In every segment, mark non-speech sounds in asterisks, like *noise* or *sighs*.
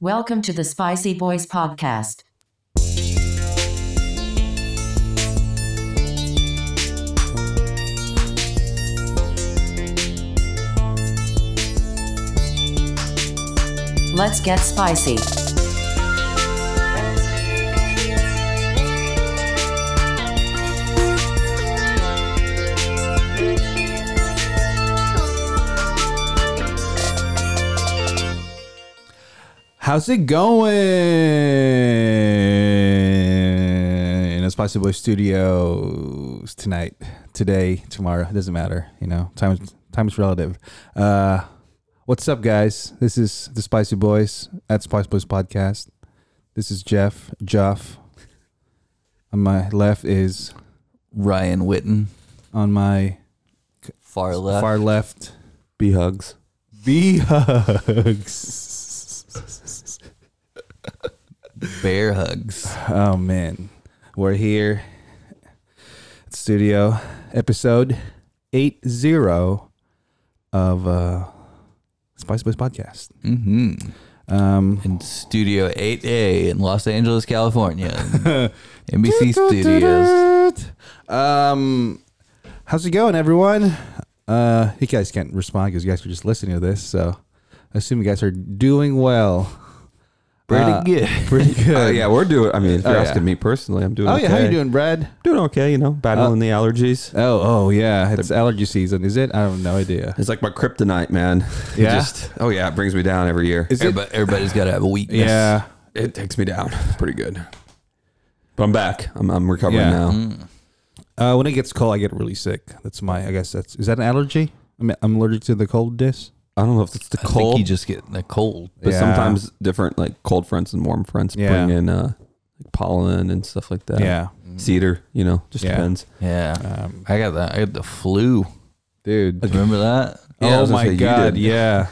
Welcome to the Spicy Boys Podcast. Let's get spicy. How's it going? In a Spicy Boy Studios tonight, today, tomorrow. It doesn't matter. You know, time is time is relative. Uh, what's up, guys? This is the Spicy Boys at Spicy Boys Podcast. This is Jeff Jeff. On my left is Ryan Witten, on my far left. far left B hugs. B hugs. Bear hugs. Oh man, we're here. at Studio episode eight zero of uh, Spice Boys podcast. hmm Um, In Studio 8A in Los Angeles, California. *laughs* NBC Studios. Um, how's it going, everyone? Uh, you guys can't respond because you guys were just listening to this, so I assume you guys are doing well. Pretty Uh, good. *laughs* Pretty good. Uh, yeah, we're doing. I mean, if you're Oh, yeah. asking me personally, I'm doing. Oh okay. yeah, how you doing, Brad? Doing okay. You know, battling the allergies. Oh, oh yeah, it's allergy season, is it? I have no idea. It's like my kryptonite, man. *laughs* It Yeah? just- oh yeah, it brings me down every year. Is it- Everybody, everybody's got to have a weakness. Yeah, it takes me down pretty good. But I'm back. I'm, I'm recovering Yeah. now. Uh, when it gets cold, I get really sick. That's my. I guess that's. Is that an allergy? I'm, I'm allergic to the cold dis. I don't know if it's the I think cold, you just get a cold. but Yeah. sometimes different like cold fronts and warm fronts Yeah. bring in uh, pollen and stuff like that. Yeah, cedar. You know, just Yeah. depends. Yeah. um, I got that. I got the flu. dude. Remember that? Yeah, I oh was gonna say, my you god. did. *laughs* Yeah.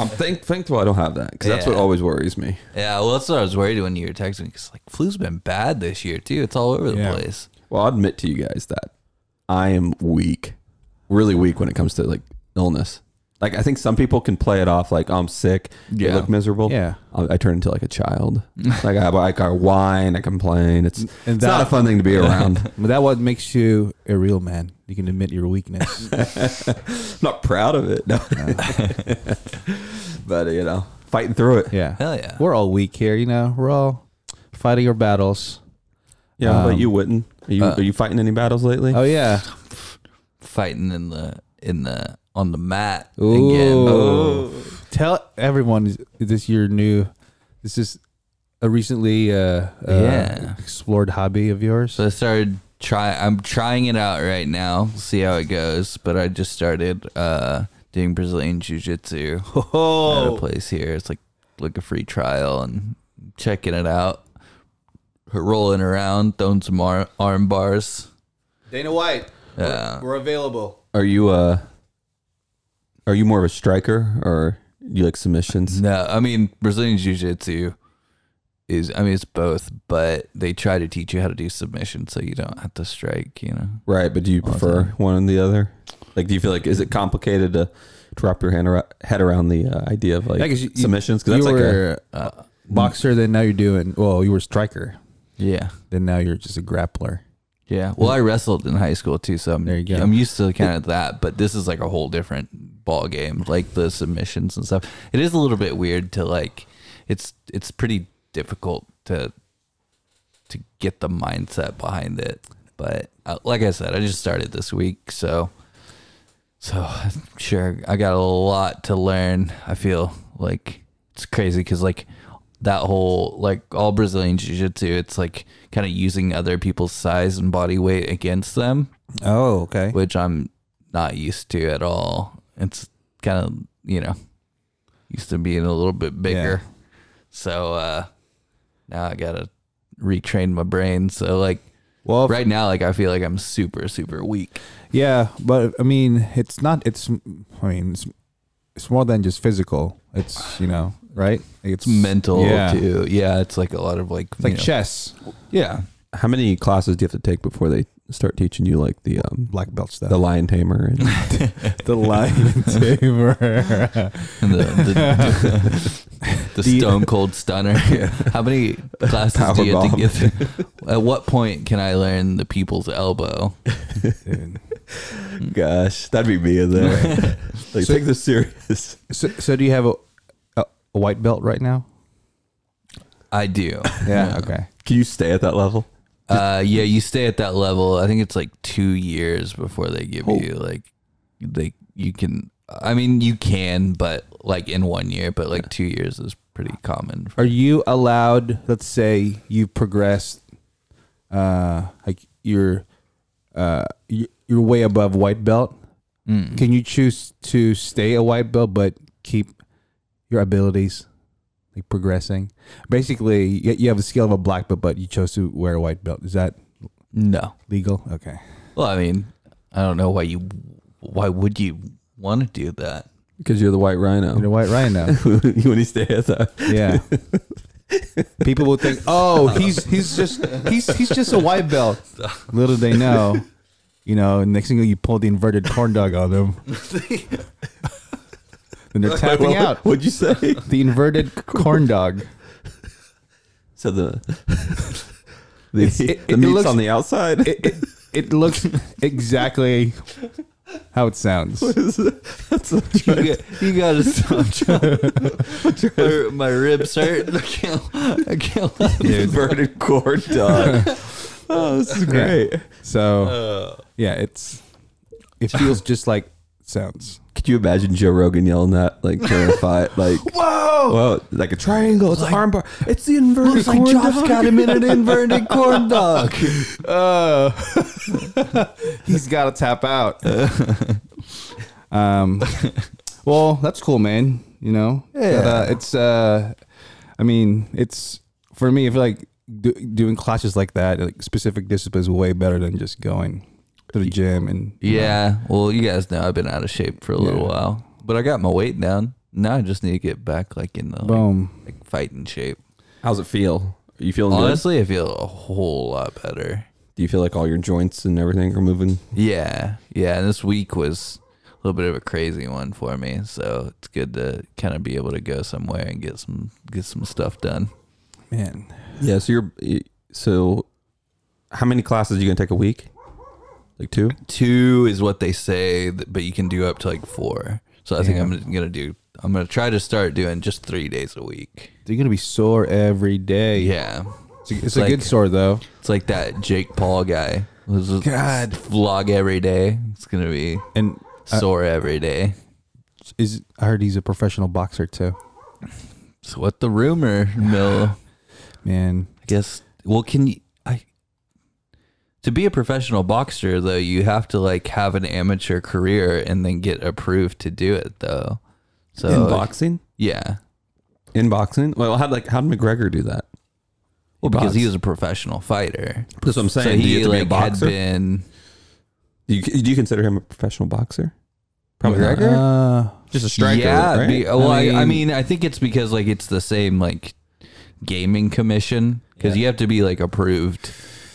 I'm thank, thankful I don't have that because that's what Yeah. always worries me. Yeah. Well, that's what I was worried when you were texting because like flu's been bad this year too. It's all over the Yeah. place. Well, I'll admit to you guys that I am weak, really weak when it comes to like illness. Like I think some people can play it off like oh, I'm sick, yeah. Yeah. look miserable. Yeah. I, I turn into like a child. like I like I whine, I complain. It's And it's not that- a fun thing to be around. But that what makes you a real man. You can admit your *laughs* weakness. I'm not proud of it. No. but you know, fighting through it. yeah. Hell yeah. We're all weak here. You know. We're all fighting our battles. Yeah, Um, but you wouldn't. Are you, uh, are you fighting any battles lately? Oh yeah. Fighting in the in the on the mat again. Ooh. Oh. Tell everyone is this your new. This is a recently uh, uh, Yeah. explored hobby of yours. So I started try. I'm trying it out right now. See how it goes. But I just started uh, doing Brazilian Jiu Jitsu at a Oh. place here. It's like like a free trial and checking it out, rolling around, throwing some ar- arm bars. Dana White. Yeah. We're available. Are you uh are you more of a striker or you like submissions? No, I mean Brazilian Jiu Jitsu is. I mean it's both, but they try to teach you how to do submission, so you don't have to strike. You know. Right, but do you prefer one and the other? Like, do you feel like is it complicated to to wrap your hand ar- head around the uh, idea of like Yeah, 'cause you- submissions? you- 'Cause submissions? you Because that's like a, were a Uh, boxer, then now you're doing. Well, you were striker, Yeah. then now you're just a grappler. Yeah. Well, I wrestled in high school too, so I'm, There you go. I'm used to kind of that, but this is like a whole different ball game, like the submissions and stuff. It is a little bit weird to like it's it's pretty difficult to to get the mindset behind it. But uh, like I said, I just started this week, so so I'm sure I got a lot to learn. I feel like it's crazy cuz like that whole like all Brazilian jiu-jitsu, it's like kind of using other people's size and body weight against them Oh, okay. which I'm not used to at all. It's kind of you know used to being a little bit bigger, so uh, now I gotta retrain my brain. So like Well, right now, like I feel like I'm super super weak. yeah, but I mean, it's not. It's. I mean, it's. It's more than just physical. It's you know, right? It's Mental Yeah. too, yeah. It's like a lot of like, It's like you know- chess. yeah. How many classes do you have to take before they start teaching you like the um, black belt stuff. the lion tamer *laughs* and the *laughs* lion tamer. And the the, the, The- stone cold stunner. How many classes do you have to Powerbomb. get through? *laughs* At what point can I learn the people's elbow? Dude. gosh, that'd be me in *laughs* there. like, So- take this serious. *laughs* So, so do you have a, a, a white belt right now? I do. Okay. Can you stay at that level? Uh, yeah, you stay at that level. I think it's like two years before they give you like they you can. I mean, you can, but like in one year, but like two years is pretty common. Are you allowed? Let's say you progressed, uh, like you're, uh, you- you're way above white belt. Can you choose to stay a white belt but keep your abilities like progressing? Basically, you you have a skill of a black belt, but you chose to wear a white belt. Is that No, legal? Okay. well, I mean, I don't know why you. Why would you want to do that? Because you're the white You're a rhino. white rhino. you *laughs* want to stay at that? Yeah. People will think, oh, he's he's just he's he's just a white belt. Little they know, you know. Next thing you pull the inverted corn dog on them, and they're tapping What- out What'd *laughs* you say? the inverted c- corn dog. So the the, *laughs* It's- it- the it meat's looks- on the outside. It, it, it looks exactly how it sounds. That's what I'm You, trying- got, you *laughs* gotta stop *laughs* trying. my, my ribs *laughs* hurt. I can't. I can't. laugh. *laughs* *laughs* inverted corn dog. *laughs* oh, this is great. So yeah, it's it feels just like it sounds. Could you imagine Joe Rogan yelling that, like terrified, *laughs* like Whoa! whoa, like a triangle, it's an armbar, it's the inverted Looks like corn Josh dog. got him in an inverted corn dog. Uh, *laughs* he's got to tap *laughs* out. um, well, that's cool, man. You know, But, uh, it's. Uh, I mean, it's for me. I feel like do, doing classes like that, like specific disciplines, way better than just going to the gym and Yeah. Well, you guys know I've been out of shape for a little Yeah. while, but I got my weight down. Now I just need to get back like in the like, boom. like fighting shape. *laughs* How's it feel? Are you feeling good? Honestly, I feel a whole lot better. Do you feel like all your joints and everything are moving? Yeah. Yeah. And this week was a little bit of a crazy one for me, so it's good to kind of be able to go somewhere and get some get some stuff done. Man, Yeah. So you're y- so. How many classes are you gonna take a week? Like two. Two is what they say, th- but you can do up to like four. So I think I'm gonna do. I'm gonna try to start doing just three days a week. you're gonna be sore every day. Yeah. it's, a, it's like- a good sore though. It's like that Jake Paul guy. This is- God. vlog every day. It's gonna be And sore every day. is I heard he's a professional boxer too. So what the rumor mill? Man, I guess. Well, can you? I to be a professional boxer though, you have to like have an amateur career and then get approved to do it though. So in boxing. yeah. In boxing. Well, how like how did McGregor do that? Well, because boxed. he was a professional fighter. That's what I'm saying. So do you he have to like be a had boxer? been. do, you, do you consider him a professional boxer? Probably not. McGregor? uh, Just a striker. yeah, right? be- well, I mean, I, mean, I think it's because like it's the same like gaming commission because you have to be like approved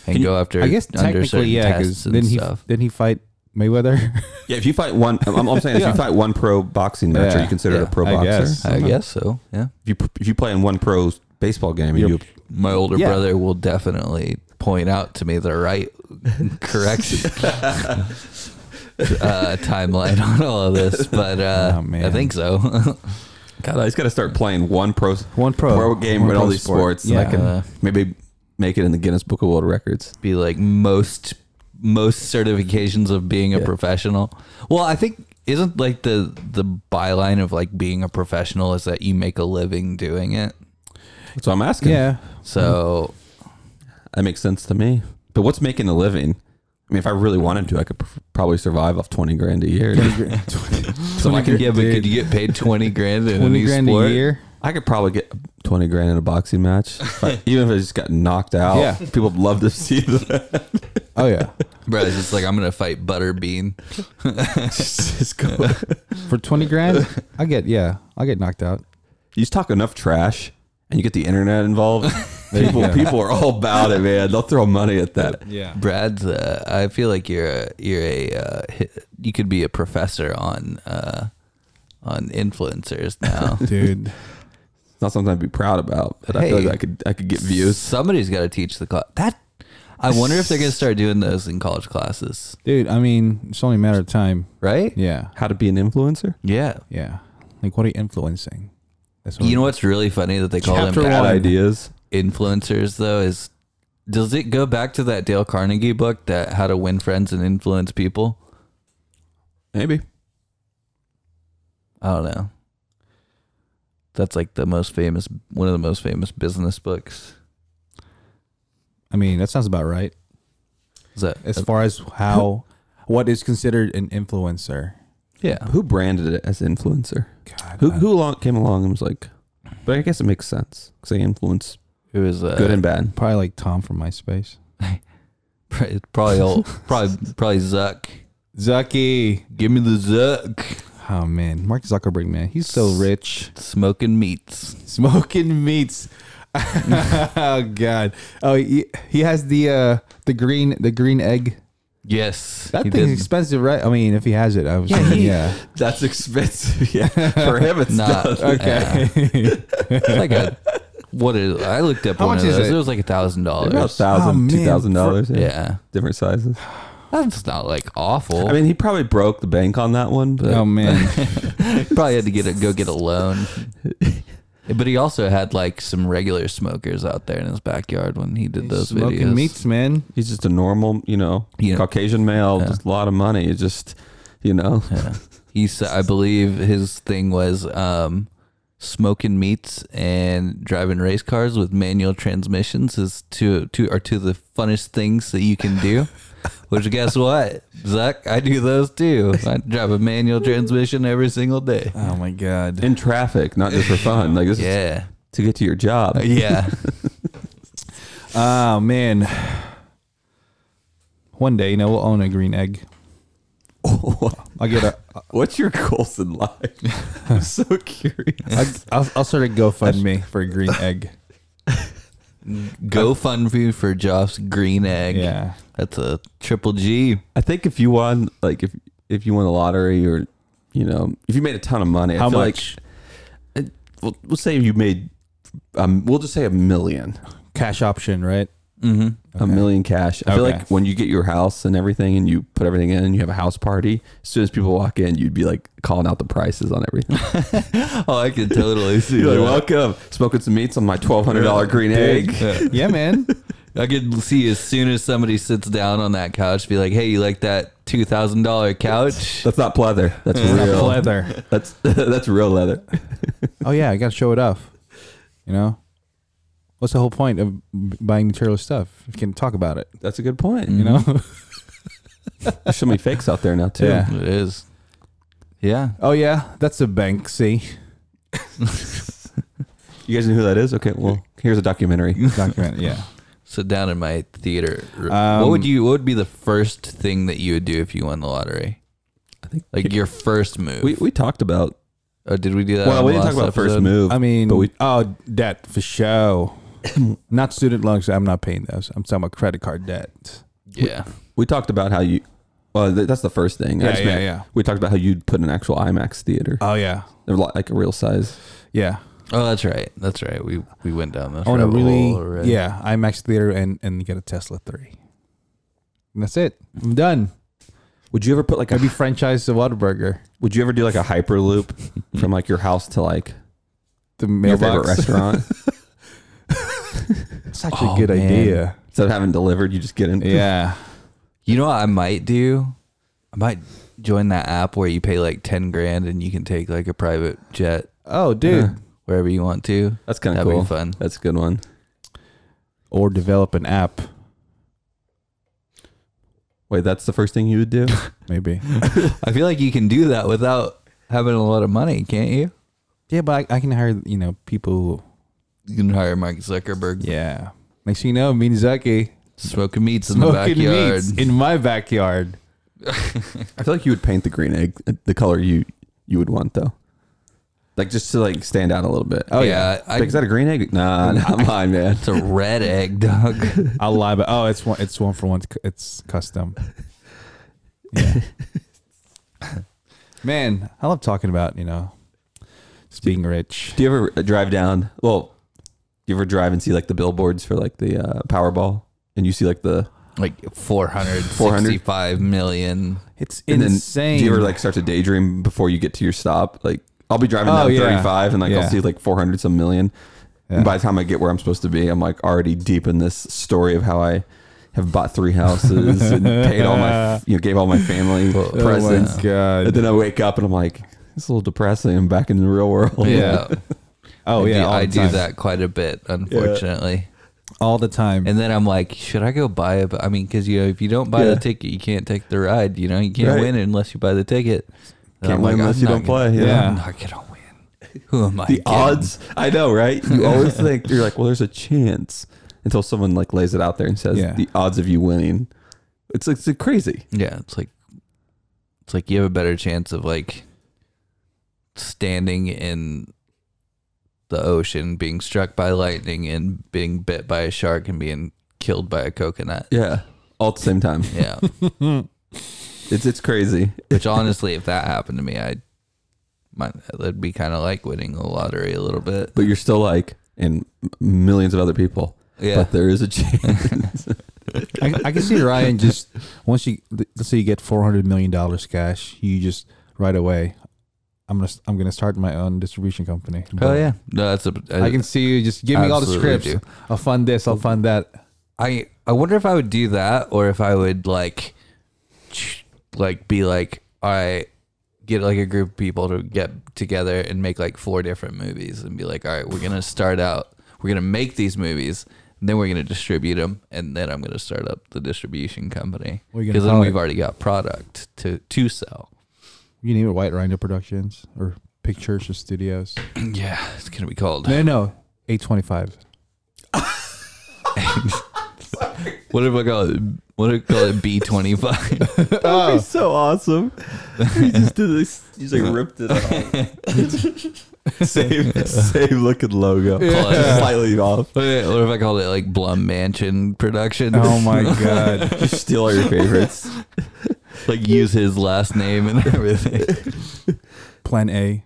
and Can you- go after. I guess under technically, certain yeah, because tests and didn't he stuff. didn't he fight Mayweather? yeah. If you fight one, I'm, I'm saying if you fight one pro boxing match, Yeah. are you considered Yeah, a pro I boxer? guess. I guess so. Yeah, If you if you play in one pro baseball game, You're- you my older Yeah. brother will definitely point out to me the right, *laughs* correct uh, timeline on all of this, but uh, Oh, man. I think so. God, I just got to start playing one pro One pro- pro game one with pro all these sport. sports. and Yeah. I *laughs* can Uh, maybe make it in the Guinness Book of World Records. be like most most certifications of being a Yeah. professional. Well, I think isn't like the the byline of like being a professional is that you make a living doing it. So I'm asking. yeah, So that makes sense to me. But what's making a living? I mean, if I really wanted to, I could pr- probably survive off twenty grand a year. so I could yeah, but could you get paid twenty grand in Hmm. twenty any grand sport? a *laughs* year. *laughs* I could probably get twenty grand in a boxing match, But even if I just got knocked out. Yeah. people would love to see that. Oh yeah, Bro, it's just like I'm gonna fight Butterbean. just go. for twenty grand, I get yeah, I get knocked out. *laughs* You just talk enough trash, and you get the internet involved. There you People, go. people are all about it, man. They'll throw money at that. Yeah. Brad's. Uh, I feel like you're a, you're a uh, hi- you could be a professor on uh, on *laughs* influencers now. Dude. It's not something I'd be proud about, but I feel Hey. like I could, I could get views. Somebody's got to teach the class. That I wonder if they're gonna start doing those in college classes, Dude, I mean, it's only a matter of time. right? Yeah. How to be an influencer? Yeah. Yeah. Like, what are you influencing? That's You know what's really funny that they call Chapter them Bad one. ideas. influencers though is does it go back to that Dale Carnegie book that How to Win Friends and Influence People? Maybe. I don't know. That's like the most famous one of the most famous business books. I mean, that sounds about right. Is that uh, As far as how, what is considered an influencer. yeah. Who branded it as influencer? God. Who, who along, came along and was like, but I guess it makes sense because they influence It was uh, good and bad. Probably like Tom from MySpace. *laughs* probably probably, old, probably probably Zuck. Zucky. Give me the Zuck. Oh, man. Mark Zuckerberg, man. He's so rich. Smoking meats. Smoking meats. *laughs* oh God! Oh, he, he has the uh the green the green egg. Yes. That he thing's did. expensive, right? I mean, if he has it, I was Yeah, yeah. he- That's expensive. *laughs* Yeah. For him, *laughs* it's Nah, yeah. Okay. It's like a what is I looked up How one much of is those. it? It? was like a thousand dollars. About Oh, man. thousand, two thousand dollars. Yeah. Different sizes. That's not like awful. I mean, he probably broke the bank on that one, *laughs* but oh man, probably had to get a go get *laughs* a loan. But he also had like some regular smokers out there in his backyard when he did those smoking videos. meats, man. he's just a normal, you know, Yeah. Caucasian male, just a lot of money. It's just, you know, Yeah. He said, I believe his thing was um, smoking meats and driving race cars with manual transmissions is two two are two of the funnest things that you can do. Which guess what, Zuck, I do those too. I drive a manual transmission every single day. Oh my god. in traffic, not just for fun. Like this is Yeah, to get to your job. *laughs* yeah. Oh man. One day, you know, we'll own a green *laughs* egg. I'll get a. What's your goals in *laughs* life? I'm so curious. I'll, I'll, I'll start a GoFundMe for a green egg. Go fund me for Joff's green *laughs* egg. Yeah. that's a triple G. I think if you won, like if if you won the lottery or, you know, if you made a ton of money, How I feel much? like it, we'll, we'll say you made, um, we'll just say a million, Cash option, right? a million cash. I feel Okay. like when you get your house and everything, and you put everything in, and you have a house party. As soon as people walk in, you'd be like calling out the prices on everything. Oh, I can totally see. You're that. like, welcome, smoking some meats on my twelve hundred dollar green egg. Yeah, *laughs* man. I could see as soon as somebody sits down on that couch, be like, "Hey, you like that two thousand dollar couch?" That's not pleather. That's real Leather. That's *laughs* that's real leather. Oh yeah, I gotta show it off. You know, what's the whole point of b- buying material stuff? If you can talk about it. That's a good point. You know. There's so many fakes out there now too. Yeah. It is. Yeah, *laughs* oh yeah, that's a Banksy You guys know who that is? Okay, well, here's a documentary. document. *laughs* Yeah. sit down in my theater. room. Um, what would you? What would be the first thing that you would do if you won the lottery? *laughs* I think Like your first move. we, we talked about. uh, oh, did we do that? Well, on we the didn't talk last about first episode? move. I mean, but we oh, debt for *coughs* show. not student loans. I'm not paying those. I'm talking about credit card debt. Yeah, we talked about how you. Well, th- that's the first thing. I Yeah, just yeah, meant- yeah. We talked about how you'd put an actual IMAX theater, Oh yeah, They're li- like a real size. yeah. Oh, that's right. That's right. We we went down this. I want to rabbit really, hole already. yeah, IMAX theater and and get a Tesla three. And that's it. I'm done. Would you ever put like a? Maybe franchise the Whataburger. Would you ever do like a hyperloop from like your house to *laughs* like The your favorite mailbox. *laughs* restaurant? It's such Oh, a good man. idea. Instead of having delivered, you just get in. *laughs* Yeah. You know what I might do? I might join that app where you pay like ten grand and you can take like a private jet Oh, dude. wherever you want to. That's kind of That'd cool. be fun. That's a good one. Or develop an app, Wait, that's the first thing you *laughs* would do? maybe. I feel like you can do that without having a lot of money, can't you? *laughs* yeah, but I, I can hire, you know, people. Who, You can hire Mark Zuckerberg yeah. Next thing you know, Miyazaki smoking meats in smoking the backyard. meats in my backyard. *laughs* uh, I feel like you would paint the green egg the color you you would want though. Like just to like stand out a little bit. Oh yeah. I- like, is that a green egg? Nah, not mine, man. It's a red egg, dog. I'll lie, but oh, it's one. It's one for one. It's *laughs* custom. Yeah. Man, I love talking about you know, just being rich. Do you ever drive down? Well, do you ever drive and see like the billboards for like the uh, Powerball, and you see like the like 465 million. It's and then insane. do you ever like start to daydream before you get to your stop? Like I'll be driving Oh, down yeah. 35 and like Yeah. I'll see like 400 some million. Yeah. And by the time I get where I'm supposed to be, I'm like already deep in this story of how I have bought three *laughs* houses and paid all my you know gave all my family Oh my presents. God. And then I wake up and I'm like, it's a little depressing. I'm back in the real world. Yeah. oh I do- yeah, all I the do time. that quite a bit, unfortunately. all the time. And then I'm like, should I go buy it? But I mean, because you know, if you don't buy Yeah. the ticket, you can't take the ride. You know, you can't Right. win unless you buy the ticket. And Can't I'm win like, unless I'm you not don't gonna- play. Yeah. Yeah. I'm not gonna win. Who am I? the kidding? odds i know right you *laughs* always think you're like well there's a chance until someone like lays it out there and says Yeah. the odds of you winning it's like, it's like crazy Yeah, it's like it's like you have a better chance of like standing in the ocean, being struck by lightning, and being bit by a shark and being killed by a coconut. yeah all at the same time *laughs* Yeah. it's it's crazy Which honestly, if that happened to me, I might that'd be kind of like winning the lottery a little bit. but you're still like and millions of other people Yeah. but there is a chance I, I can see Ryan just once you let's say you get four hundred million dollars cash, you just right away. I'm gonna I'm gonna start my own distribution company. Oh yeah, no, that's a. I can see you just give me all the Absolutely scripts. do. I'll fund this. I'll fund that. I I wonder if I would do that or if I would like ch- like be like all right get like a group of people to get together and make like four different movies and be like all right we're going to start out we're going to make these movies and then we're going to distribute them and then I'm going to start up the distribution company What are you gonna cuz then call we've it? already got product to *clears throat* to sell. You name it White Rhino Productions or Pictures or Studios. Yeah, it's going to be called No, no, eight twenty five. what if I call it what if I call it *laughs* B25? Oh. It's *laughs* so awesome he just did this he's like ripped it *laughs* off same same looking logo slightly off what if I called it like Blum Mansion Productions? Oh my god! just steal all your favorites like use his last name and *laughs* everything. Plan A.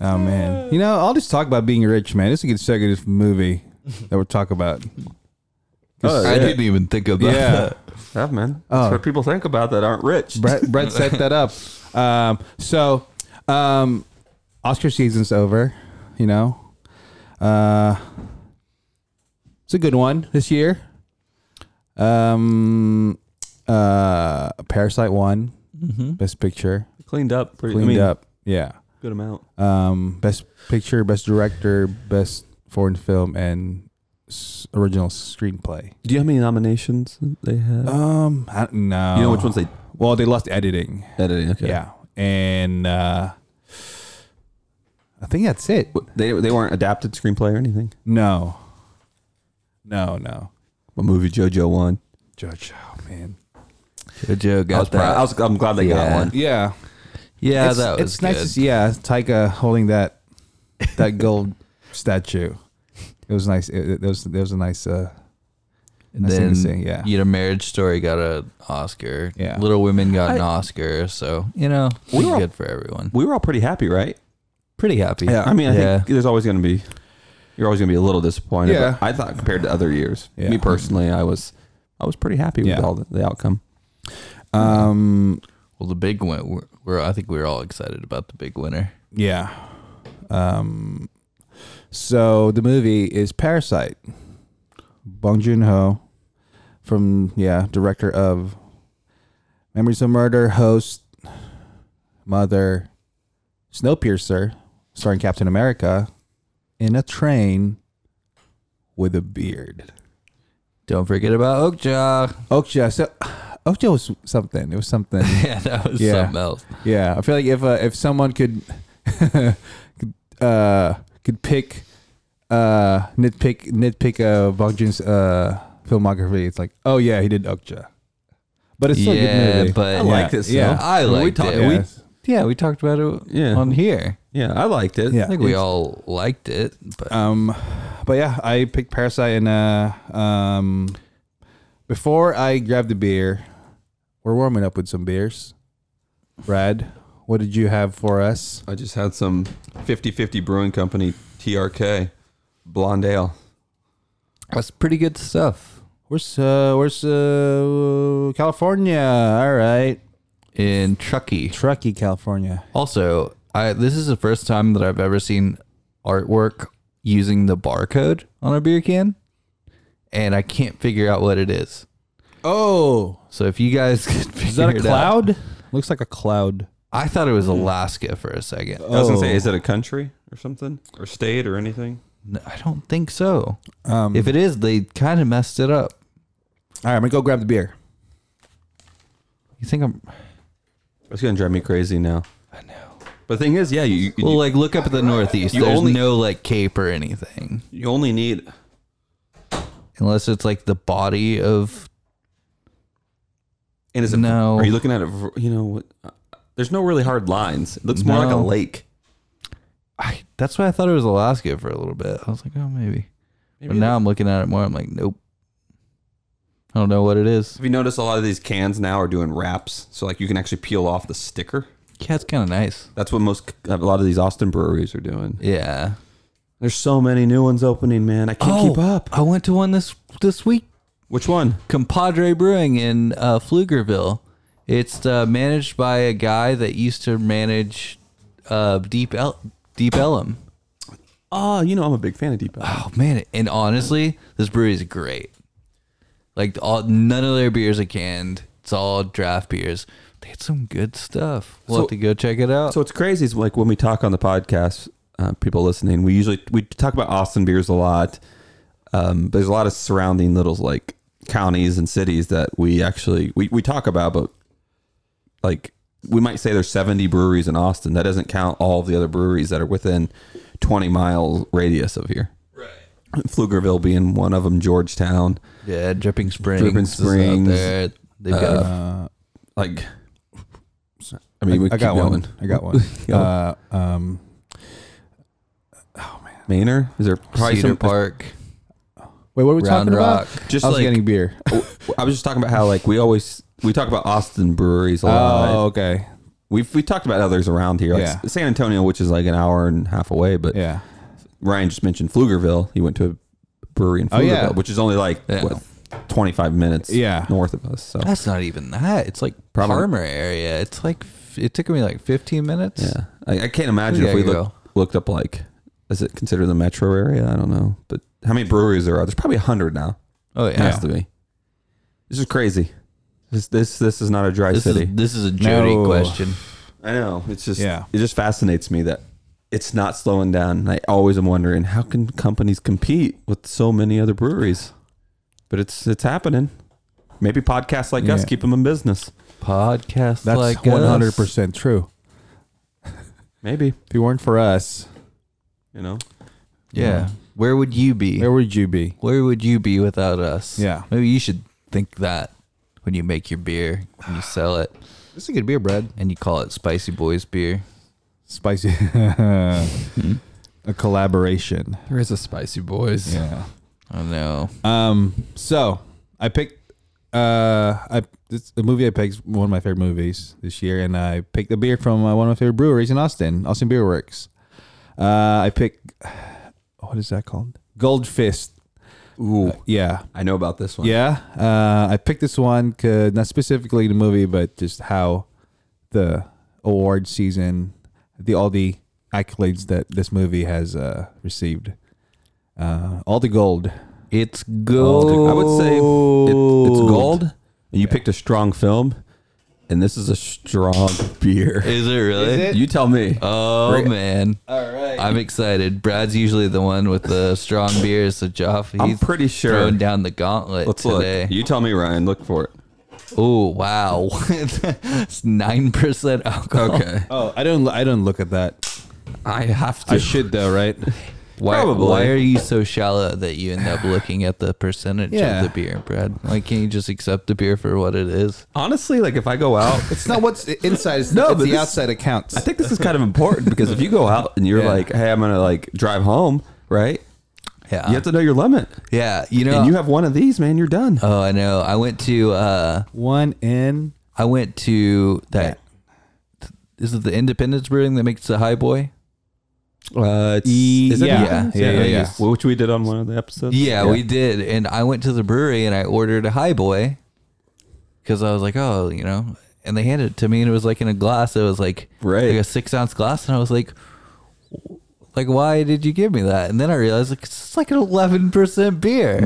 Oh man. You know, I'll just talk about being rich, man. This is a good segue to this movie that we'll talk about. oh, I didn't even think of that. Yeah. Yeah, man. That's Oh. what people think about that aren't rich. Brett, Brett set that up. Um, so, um, Oscar season's over. You know, uh, it's a good one this year. Um, uh, Parasite won best picture, Cleaned up. Pretty, cleaned Mm-hmm. I mean, up. Yeah. Good amount. Um, best picture, best director, best foreign film, and s- original screenplay. Do you know how many nominations they had? Um, I don't know. you know which ones they Well, they lost editing. editing? Okay. Yeah. And uh, I think that's it. What- They, they weren't adapted screenplay or anything. No. No, no. What movie JoJo won? Judge. Oh, man. *laughs* Joe I was got proud. that. I was, I'm glad they Yeah. got one. Yeah. yeah, it's, that was it's good. nice to see, yeah, Taika holding that that *laughs* gold statue. It was nice. It, it was, it was a nice. Uh, And nice thing then to see, yeah. you know, Marriage Story got an Oscar. Yeah. Little Women got an I- Oscar. So you know, we We were- good for everyone. We were all pretty happy, right? Pretty happy. I mean, I think there's always going to be, you're always going to be a little disappointed. Yeah. but I thought compared to other years, Yeah. me personally, I was, I was pretty happy Yeah. with all the, the outcome. um, Well, the big win. We're, we're I think we were all excited about the big winner. yeah. Um, so the movie is Parasite. Bong Joon Ho, from yeah, director of Memories of Murder, host, mother, Snowpiercer, starring Captain America, in a train with a beard. Don't forget about Oakjaw. *laughs* Okja, so Okja was something. It was something. yeah, that was Yeah. something else. Yeah, I feel like if uh, if someone could *laughs* could, uh, could pick uh, nitpick nitpick uh, Bong Joon's uh, filmography, it's like, oh yeah, he did Okja, but it's still a yeah, good movie. but I like this, yeah. I We liked talked- it. we- Yes. Yeah, we talked about it Yeah. on here. Yeah, I liked it. Yeah. I think we all liked it, but Um, but yeah, I picked Parasite, and uh, um, before I grabbed the beer, we're warming up with some beers. Brad, what did you have for us? I just had some 50-50 Brewing Company TRK Blonde Ale. that's pretty good stuff. Where's uh, where's uh, California? All right, In Truckee, Truckee, California. also, I this is the first time that I've ever seen artwork using the barcode on a beer can, and I can't figure out what it is. Oh, So if you guys *laughs* could figure is that a it out- cloud? Looks like a cloud. I thought it was Alaska for a Oh. second. I was gonna say, is it a country or something, or state or anything? No, I don't think so. Um, If it is, they kind of messed it up. all right, I'm gonna go grab the beer. You think I'm It's gonna drive me crazy now. I know. But the thing is, yeah, you you, well? Like look up at the Northeast. You There's only- no like Cape or anything, you only need unless it's like the body of. and is it No. Are you looking at it? ver- You know, what- uh, there's no really hard lines. It looks more like a No. lake. I, that's why I thought it was Alaska for a little bit. I was like, oh maybe. but now I'm looking at it more. I'm like, nope. I don't know what it is. Have you noticed a lot of these cans now are doing wraps, so like you can actually peel off the sticker. Yeah, it's kind of nice. That's what most a lot of these Austin breweries are doing. Yeah. Oh, There's so many new ones opening, man. I can't keep up. I went to one this this week. Which one? Compadre Brewing in uh, Pflugerville. It's uh, managed by a guy that used to manage uh, Deep El- Deep Ellum. Oh, you know I'm a big fan of Deep Elm. Oh man! And honestly, this brewery is great. Like all, none of their beers are canned. It's all draft beers. They had some good stuff. We'll So- have to go check it out. So it's crazy. Is like when we talk on the podcast, uh, people listening, we usually we talk about Austin beers a lot. Um, there's a lot of surrounding little like counties and cities that we actually we, we talk about, but like we might say there's 70 breweries in Austin. That doesn't count all of the other breweries that are within 20 mile radius of here. Right. Pflugerville being one of them, Georgetown. yeah, Dripping Springs. Dripping is out Springs, there. They've got a Uh, Like, I mean, we I keep got going. one. I got *laughs* *laughs* one. uh, um, Manor is there probably Cedar some, Park, wait, what were we Round talking Rock. about? Just I was like getting beer. I was just talking about how like we always we talk about Austin breweries a lot. Oh, okay. We've we talked about others around here, like Yeah. S- San Antonio, which is like an hour and a half away. But Yeah. Ryan just mentioned Pflugerville. He went to a brewery in Pflugerville, Oh, yeah. which is only like Yeah. what twenty five minutes Yeah. north of us. So That's not even that. It's like Probably- Parmer area. It's like f- it took me like 15 minutes. yeah, I, I can't imagine if Yeah, we you look, looked up like is it considered the metro area? I don't know, but how many breweries there are? There's probably hundred now. Oh It has yeah. to be. This is crazy. This this this is not a dry This city. is this is a Jody No. question. I know. It's just Yeah. it just fascinates me that it's not slowing down. And I always am wondering how can companies compete with so many other breweries? But it's it's happening. Maybe podcasts like us Yeah. keep them in business. Podcast That's like one hundred 100%. percent true. Maybe, If it weren't for us, you know. Yeah. Where would you be? where would you be? Where would you be without us? Yeah. Maybe you should think that when you make your beer and you sell it This is a good beer, Brad. and you call it Spicy Boys beer. Spicy. *laughs* Hmm. a collaboration. There is a spicy boys. Yeah. I know. Um. So I picked. Uh, I this, the movie I picked is one of my favorite movies this year, and I picked a beer from uh, one of my favorite breweries in Austin, Austin Beer Works. Uh, I picked *sighs* what is that called? Gold Fist. Ooh, Yeah, I know about this one. Yeah, uh, I picked this one 'cause- not specifically the movie, but just how the award season, the all the accolades that this movie has uh, received, uh, all the gold. It's gold. I would say it, it's gold. And you picked a strong film, and this is a strong beer. Is it really? You tell me. Oh Right. man! All right, I'm excited. Brad's usually the one with the strong beers, so Joff. He's I'm pretty sure. throwing down the gauntlet Let's today. look. You tell me, Ryan. Look for it. Oh wow, *laughs* it's nine percent alcohol. Okay. Oh, I don't. I don't look at that. I have to. I should though, right? Why, Probably. why are you so shallow that you end up looking at the percentage Yeah. of the beer, Brad? Why can't you just accept the beer for what it is? *laughs* Honestly, like if I go out, It's not what's inside. It's, it's No, but the this- outside that counts. I think this is kind of important because if you go out and you're Yeah. like, hey, I'm gonna like drive home, right? Yeah. You have to know your limit. yeah. You know, And you have one of these, man, you're done. oh, I know. I went to, uh, Uh, one in. I went to that. Is it the Independence Brewing that makes the High Boy? Uh, it's, E- it yeah. Independence? Yeah, yeah, yeah. Which we did on one of the episodes. Yeah, we did. And I went to the brewery and I ordered a high boy because I was like, oh, you know. And they handed it to me and it was like in a glass. It was like, Right. like a six ounce glass. And I was like, like, why did you give me that? And then I realized like it's like an eleven percent beer.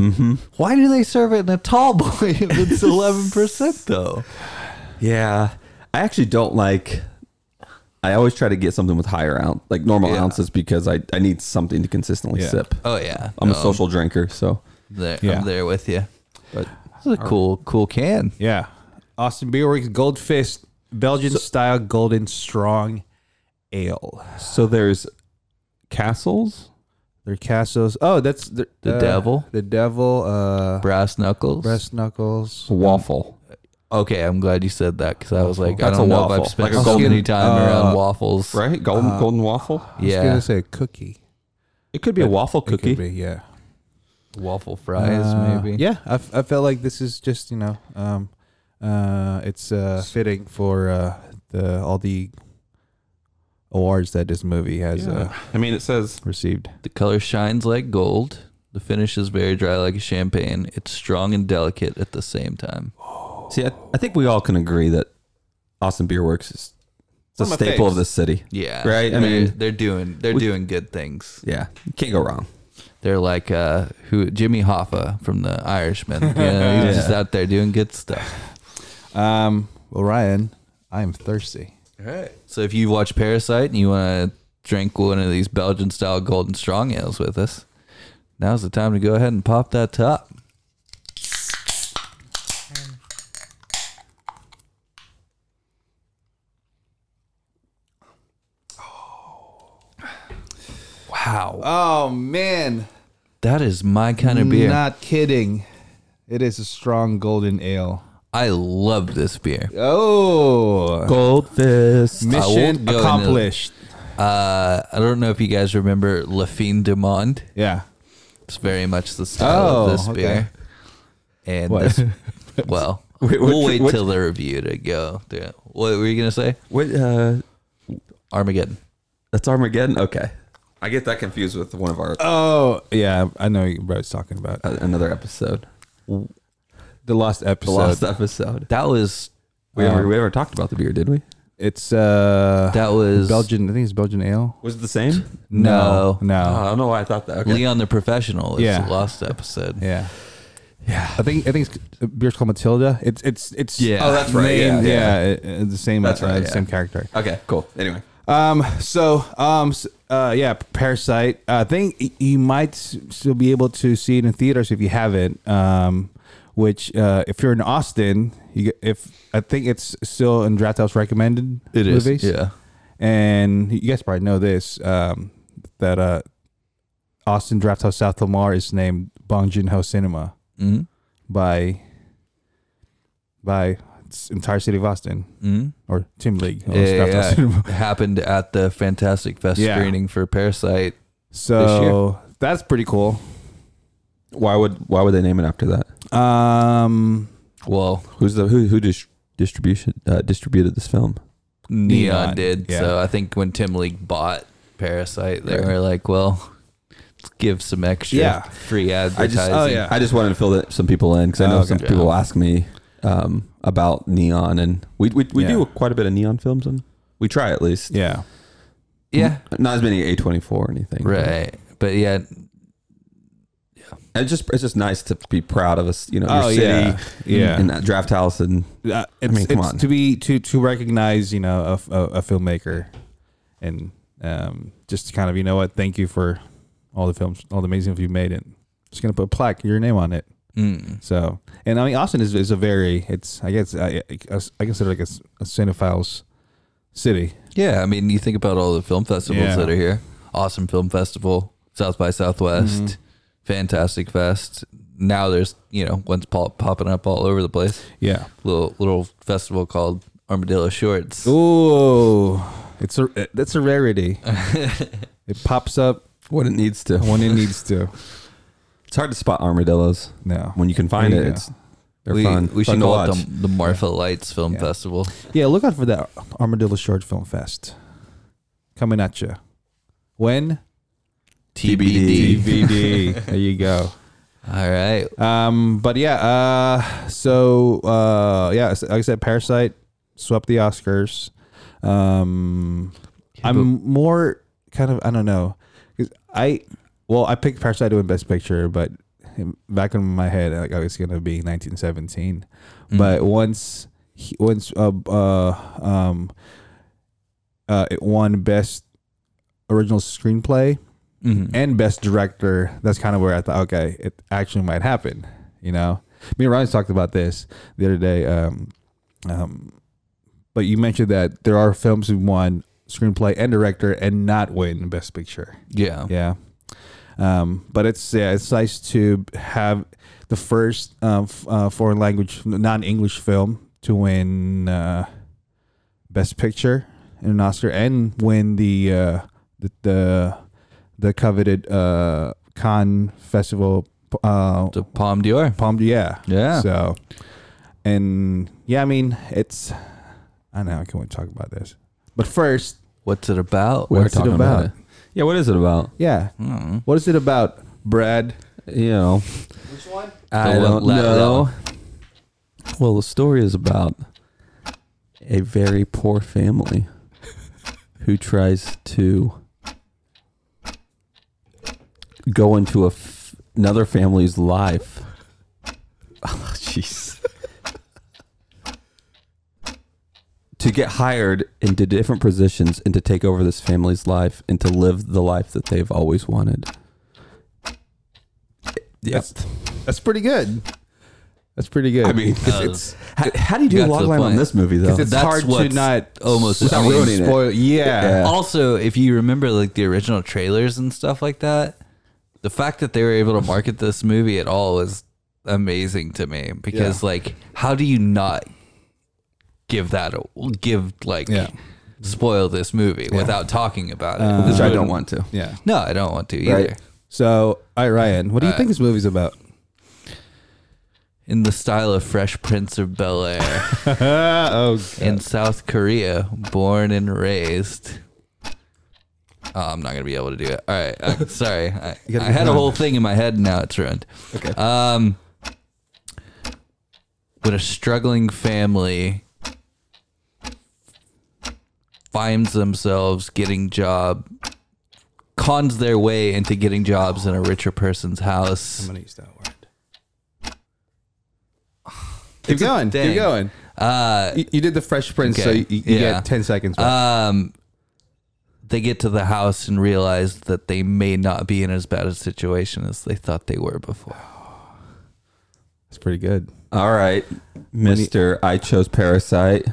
Why do they serve it in a tall boy *laughs* if it's eleven percent though? Yeah. I actually don't like. I always try to get something with higher ounce, like normal Yeah. ounces, because I, I need something to consistently Yeah. Um, sip. Oh yeah, I'm No, a social drinker, so There, Yeah. I'm there with you. but This is a cool, cool can. Yeah. Austin Beer Works Gold Fist Belgian style golden strong ale. so there's castles. They're Cassos. Oh, that's the, The devil? The devil. Uh, Brass knuckles. breast knuckles. Waffle. Okay, I'm glad you said that because I was like, That's I don't a know if waffle. I've spent Like a so golden- many time around uh, waffles. Right? Golden golden waffle? I was Yeah, gonna say a cookie. It could be a waffle It cookie. could be, yeah. waffle fries Uh, maybe. Yeah, I, f- I felt like this is just you know, um, uh, it's uh, fitting for uh, the all the awards that this movie has uh, I mean, it says received. The color shines like gold. The finish is very dry like a champagne. It's strong and delicate at the same time. See, I, I think we all can agree that Austin Beer Works is it's a One of my staple faves. of this city. Yeah, Right, they're- I mean- they're doing they're doing good things. Yeah, you can't go wrong. They're like uh, who Jimmy Hoffa from The *laughs* Irishman. You know, he's just out there doing good stuff. Um, well, Ryan, I am thirsty. All right. So if you watch Parasite and you want to drink one of these Belgian style golden strong ales with us, now's the time to go ahead and pop that top. Wow. Oh man, That is my kind of beer. not kidding. It is a strong golden ale. I love this beer. Oh, Gold fist. won't mission go into- accomplished. Uh, I don't know if you guys remember Lafine du Monde. Yeah. It's very much the style Oh, of this okay. beer. And What? *laughs* this, well, Wait, we'll which- wait which- till the review to go. through it. What were you gonna say? Wait, uh, Armageddon. that's Armageddon? Okay. I get that confused with one of our Oh yeah, I know what it's talking about. uh, another episode. The e- last The episode. last episode. That was We, ever, we ever talked about the beer, did we? It's uh that was Belgian. I think it's Belgian ale. Was it the same? No. no. Uh, Oh. I don't know why I thought that. Okay. Leon the Professional. It's Yeah. the last episode. Yeah. Yeah. I think I think it's uh, beer's called Matilda. It's it's it's Yeah. Oh, that's right, named- yeah, yeah, yeah. it- it's the same That's uh, right, the yeah. same character. Okay, cool. Anyway. Um so um s- uh yeah, Parasite. Uh, I think y- you might s- still be able to see it in theaters if you haven't. Um which uh if you're in Austin, you get, if I think it's still in Draft House recommended It is. movies. Yeah. And you guys probably know this um, that uh, Austin Draft House South Lamar is named Bong Joon Ho Cinema Mm-hmm. by by its entire city of Austin Mm-hmm. or Tim League. or Yeah, Draft House yeah. Cinema. It happened at the Fantastic Fest Yeah. screening for Parasite. So that's pretty cool. Why would why would they name it after that? Um, Well, Who's the who who dis- distribution uh, distributed this film? Neon, Neon, did. yeah. So I think when Tim League bought Parasite, they Right. were like, well, let's give some extra Yeah. free I advertising. just oh, I just wanted to fill that, some people in because I know Oh, some okay. people ask me um, about neon, and we we, we do Yeah. quite a bit of neon films, and we try at least. yeah. yeah. Not as many A twenty four or anything. Right. But yeah, It's just it's just nice to be proud of us, you know, your Oh, city, yeah. Yeah. and that draft house, and Uh, it's, mean, come it's on. to be to to recognize you know a, f- a- a filmmaker and um, just to kind of you know what thank you for all the films all the amazing films you've made and just gonna put a plaque your name on it mm, so and I mean Austin is, is a very it's I guess I, I, I consider like a, s- a cinephiles city yeah. I mean, you think about all the film festivals Yeah. that are here. Awesome Film Festival, South by Southwest, Mm-hmm. Fantastic Fest. Now there's you know one's pop- popping up all over the place. Yeah. Little little festival called Armadillo Shorts. Oh, it's a that's a *laughs* rarity. it pops up When it needs to. when it needs to. It's hard to spot armadillos No. when you can find There it. you go. It's they're we fun. we fun should to call it watch. the, the Marfa Lights Film Yeah. Festival. Yeah, look out for that Armadillo Short Film Fest coming at you. When TBD. DVD. *laughs* there you go. All right. Um, but yeah, uh, so uh, yeah, so like I said, Parasite swept the Oscars. Um, I'm more kind of I don't know 'Cause I well I picked Parasite to win Best Picture, but in- back in my head like I was gonna be 1917, but once he, once uh, uh um uh it won Best Original Screenplay Mhm. and best director that's kind of where i thought okay it actually might happen you know me and ryan's talked about this the other day um, um, but you mentioned that there are films who won screenplay and director and not win best picture Yeah. yeah um, but it's yeah it's nice to have the first uh, f- uh, foreign language non-english film to win uh, best picture in an oscar and win the uh, the, the the coveted uh Cannes festival uh The Palm Dior. Palm yeah. Yeah. So and yeah, I mean, it's I know I can not talk about this. But first, What's it about? We are What's it talking about? it. Yeah, what is it about? yeah. Hmm. What is it about, Brad? You know, Which one? I The don't la- la- know. Well, the story is about a very poor family who tries to go into a f- another family's life. *laughs* Oh, jeez. to get hired into different positions and to take over this family's life and to live the life that they've always wanted. Yes. That's pretty good. That's pretty good. I mean, 'cause Uh, *laughs* it's how, how do you do got a to log the line on point. this movie though? Because it's that's hard to what's not almost- without I mean, ruining it. spoil- Yeah. Yeah. Also, if you remember like the original trailers and stuff like that, the fact that they were able to market this movie at all is amazing to me because like how do you not give that a- give like Yeah. spoil this movie without talking about it? Uh, Which I don't want to. Yeah. no, I don't want to either. Right. So, all right, Ryan, what do you think this movie's about? In the style of Fresh Prince of Bel Air oh, in South Korea, born and raised. Oh, I'm not gonna be able to do it. All right, *laughs* I'm sorry. I, gotta I get had a on. whole thing in my head, and now it's ruined. Okay. Um, when a struggling family finds themselves getting job, cons their way into getting jobs in a richer person's house. I'm gonna use that word. Keep It's a going. thing. Keep going. Uh, You, you did the Fresh Prince, so Okay, you, you yeah. get ten seconds. left. um they get to the house and realize that they may not be in as bad a situation as they thought they were before. That's pretty good. All right, Mister, I chose Parasite.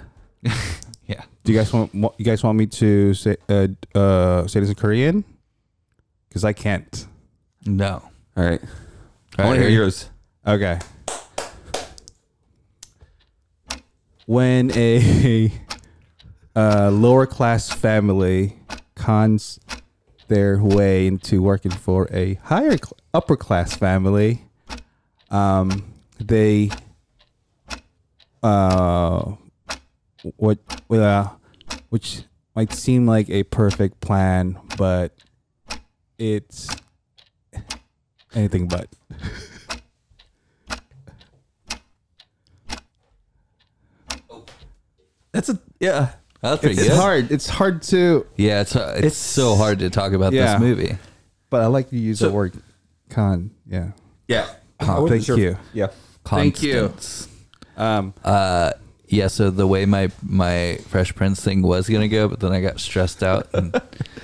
Yeah. Do you guys want wa- you guys want me to say uh, uh, say this in Korean? Because I can't. No. All right, I All want right, to hear here- yours. Okay. When a, *laughs* uh lower class family cons their way into working for a higher cl- upper class family, um, they uh, what uh, which might seem like a perfect plan, but it's anything but. That's a yeah. That's pretty It's good. hard. It's hard to. Yeah, it's, it's It's- so hard to talk about Yeah. this movie. But I like to use So- the word con. Yeah. Yeah. Con, thank you. Yeah. Thank you. Constance. Um, Uh yeah, so the way my my Fresh Prince thing was going to go, but then I got stressed out *laughs* and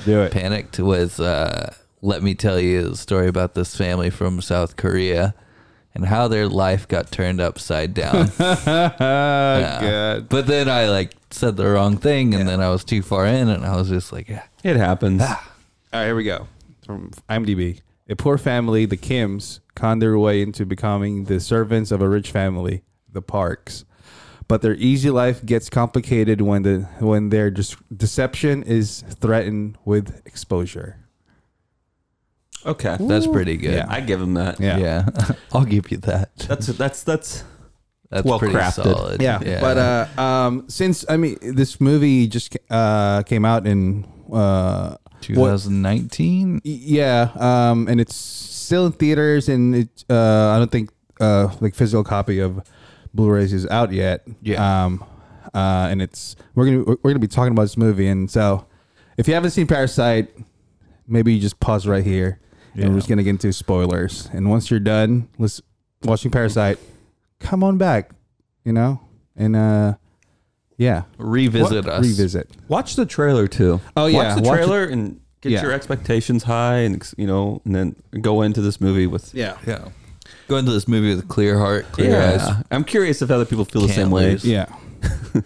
do it. panicked was uh, let me tell you the story about this family from South Korea and how their life got turned *laughs* upside down. Yeah. God. But then I like said the wrong thing and then I was too far in and I was just like, yeah. It happens. All right, here we go. from IMDb. A poor family, the Kims, con their way into becoming the servants of a rich family, the Parks. But their easy life gets complicated when the when their dis- deception is threatened with exposure. Okay, That's pretty good. Yeah. I give him that. Yeah. Yeah. *laughs* I'll give you that. That's that's that's That's Well pretty crafted. solid. Yeah, but uh, um, since I mean, this movie just uh, came out in uh, what- 2019. Yeah, um, and it's still in theaters, and it, uh, I don't think uh, like physical copy of Blu-rays is out yet. Yeah. Um, uh, and it's we're gonna we're gonna be talking about this movie, and so if you haven't seen Parasite, maybe you just pause right here, and Yeah. we're just gonna get into spoilers. And once you're done, let's watching Parasite. Come on back, you know, and uh, yeah, Revisit What- us. Revisit. watch the trailer too. Oh, yeah, watch the watch trailer and get Yeah. your expectations high, and you know, and then go into this movie with Yeah. Yeah. Go into this movie with a clear heart, clear eyes. I'm curious if other people feel the Can't same way. lose. Yeah. *laughs*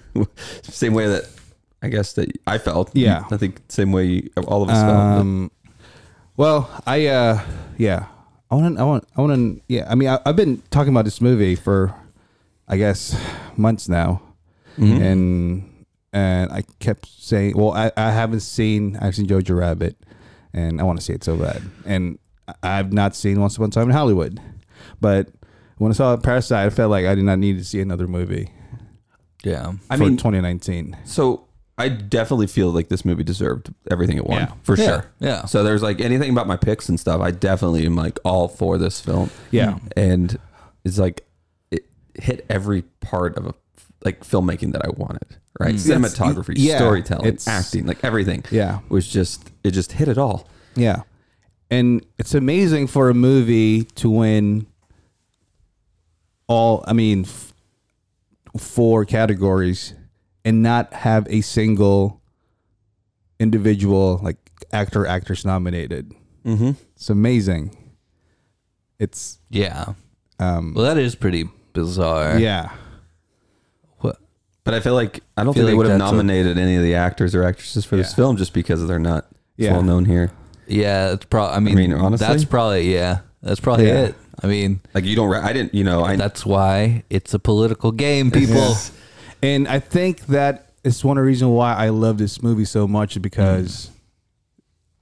same way that I guess that I felt. Yeah. I think same way you- all of us felt. Um, well, I uh, yeah, I want, I want, I want to, yeah. I mean, I, I've been talking about this movie for, I guess, months now, Mm-hmm. and and I kept saying, well, I, I haven't seen I've seen Jojo Rabbit, and I want to see it so bad, and I- I've not seen Once Upon a Time in Hollywood, but when I saw Parasite, I felt like I did not need to see another movie Yeah. I for mean, 2019. so I definitely feel like this movie deserved everything it won Yeah. for Yeah. sure. Yeah. So there's like anything about my picks and stuff. I definitely am like all for this film. Yeah. and it's like it hit every part of a like filmmaking that I wanted. Right, cinematography, yeah, storytelling, it's- acting, like everything. Yeah. was just it just hit it all. Yeah. And it's amazing for a movie to win all, I mean, f- four categories and not have a single individual, like actor, actress nominated. Mm-hmm. It's amazing. It's, Yeah. um, Well, that is pretty bizarre. yeah. What? But I feel like I don't Feel think they like would have that's a- nominated any of the actors or actresses for this Yeah. film just because they're not as Yeah. well known here. Yeah. It's probably. I mean, mean, honestly? that's probably. Yeah. That's probably Yeah. it. I mean, Like you don't, re- I didn't, you know, I that's why it's a political game, people. And I think that it's one of the reasons why I love this movie so much is because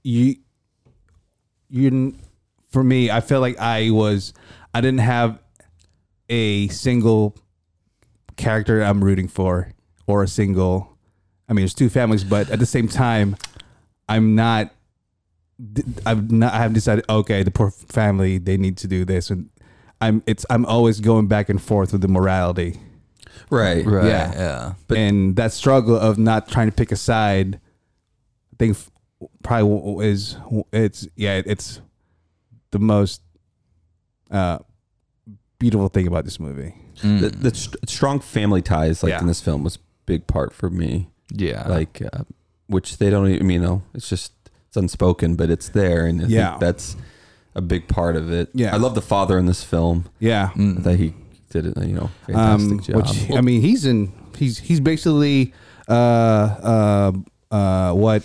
you, you, didn't- for me, I felt like I was, I didn't have a single character I'm rooting for or a single, I mean, there's two families, but at the same time, I'm not, I've not, I have decided, okay, the poor family, they need to do this. And I'm, it's, I'm always going back and forth with the morality right, Right. Yeah. Yeah. and that struggle of not trying to pick a side, I think f- probably w- w- is it's yeah it's the most uh, beautiful thing about this movie. The, the st- strong family ties, like Yeah. in this film, was a big part for me. Yeah. Like, uh, which they don't even, you know, it's just it's unspoken, but it's there, and I think Yeah. that's a big part of it. Yeah. I love the father in this film Yeah, that he did, a, you know, Mm, fantastic um, job. which I mean he's in he's he's basically uh uh uh what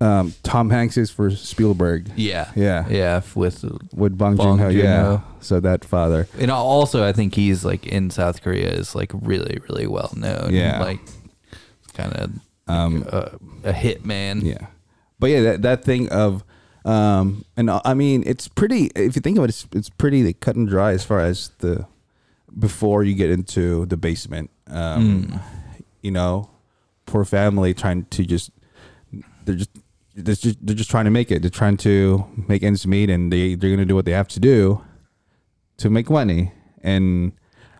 um Tom Hanks is for Spielberg. yeah. Yeah. Yeah. f- With With Bong, Bong Joon Ho, yeah. Joon-ho. So that father, and also, I think he's like in South Korea is like really, really well known. Yeah. Like, kind of um, a, a hitman. Yeah, but yeah, that, that thing of, um, and I mean, it's pretty. If you think about it, it's, it's pretty like, cut and dry as far as the before you get into the basement. Um, You know, poor family trying to just they're just. They're just, they're just trying to make it. They're trying to make ends meet, and they they're gonna do what they have to do to make money. And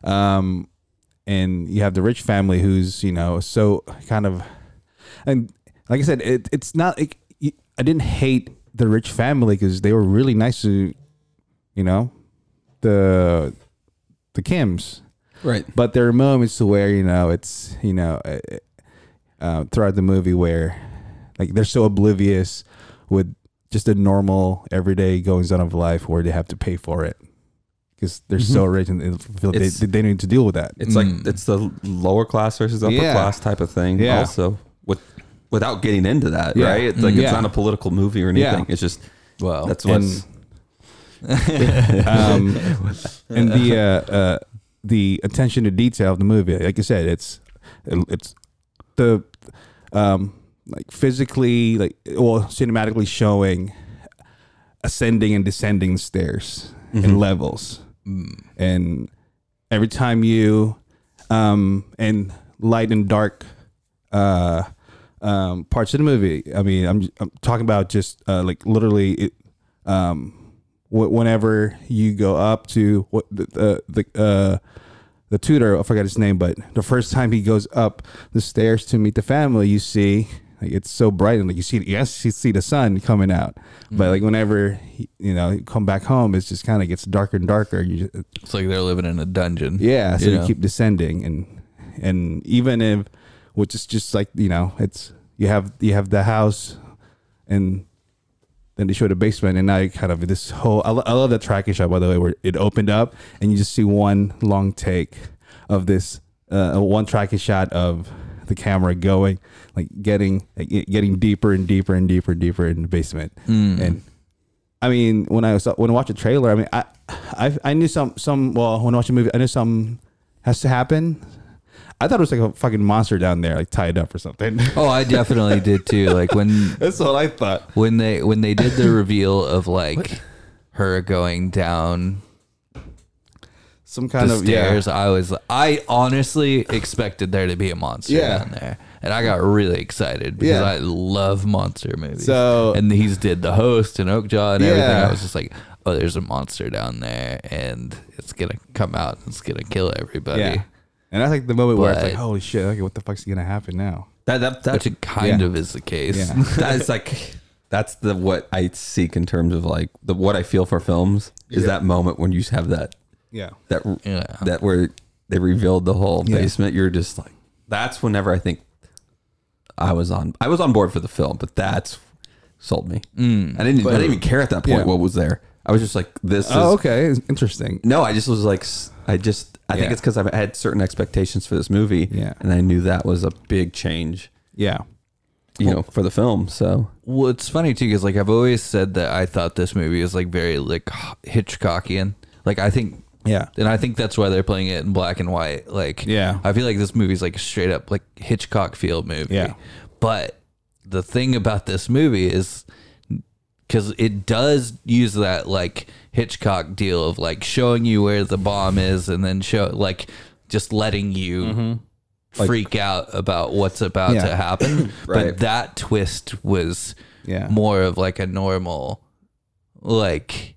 um, and you have the rich family who's you know so kind of and like I said, it, it's not. It, I didn't hate the rich family because they were really nice to, you know, the the Kims. right. But there are moments to where you know it's you know uh, uh, throughout the movie where like they're so oblivious with just the normal everyday goings on of life where they have to pay for it because they're so rich and they feel they, It's- they need to deal with that. It's like it's the lower class versus upper Yeah. class type of thing. Yeah. Also, with without getting into that, Yeah. right? It's like Yeah. it's not a political movie or anything. Yeah. It's just Wow. That's what's *laughs* um, and the uh, uh, the attention to detail of the movie. Like I said, it's it's the um, like physically like well cinematically showing ascending and descending stairs and levels, and every time you um, and light and dark uh, um, parts of the movie. I mean, I'm, I'm talking about just uh, like literally it. Um, wh- whenever you go up to what the the, the uh, the tutor, I forgot his name, but the first time he goes up the stairs to meet the family, you see like, it's so bright and like you see yes you see the sun coming out, but like whenever he, you know you come back home, it's just kind of gets darker and darker. You just, It's like they're living in a dungeon. yeah, so you, know? keep descending, and and even if, which is just like you know, it's you have you have the house, and then they show the basement, and now you kind of this whole. I, lo- I love that tracking shot by the way, where it opened up, and you just see one long take of this, uh, one tracking shot of the camera going, like getting like, it getting deeper and deeper and deeper and deeper in the basement, and I mean, when I was when I watched a trailer, I mean, I, I I knew some some well when I watched a movie, I knew something has to happen. I thought it was like a fucking monster down there, like tied up or something. *laughs* Oh, I definitely did too. Like when That's what I thought. when they when they did the reveal of like her going down Some kind the of stairs. yeah. I was I honestly expected there to be a monster Yeah. down there. And I got really excited because Yeah. I love monster movies. So- and he's did the host and Oakjaw and everything. Yeah. I was just like, oh, there's a monster down there, and it's gonna come out. and It's gonna kill everybody. yeah. And that's like the moment where it's But- like, holy shit, okay, what the fuck's gonna happen now? that that Which that, it kind yeah. of is the *laughs* case. Yeah. that's like that's the what I seek in terms of like the what I feel for films is that moment when you have that Yeah. that Yeah. that where they revealed the whole Yeah. basement. You're just like that's whenever I think I was on I was on board for the film, but that's sold me. I didn't I didn't even care at that point Mm. Yeah. what was there. I was just like this is Oh, okay, it's interesting. no, I just was like, s- I just, I Yeah. think it's because I had certain expectations for this movie, Yeah. and I knew that was a big change, Yeah. you know, for the film. So Well, it's funny too because like I've always said that I thought this movie was like very like Hitchcockian. Like I think, Yeah. and I think that's why they're playing it in black and white. Like, Yeah. I feel like this movie's like a straight up like Hitchcock feel movie. Yeah. but the thing about this movie is because it does use that like Hitchcock deal of like showing you where the bomb is and then show like just letting you freak out about what's about Mm-hmm. Yeah. *coughs* to happen. But Right. that twist was Yeah. more of like a normal, like,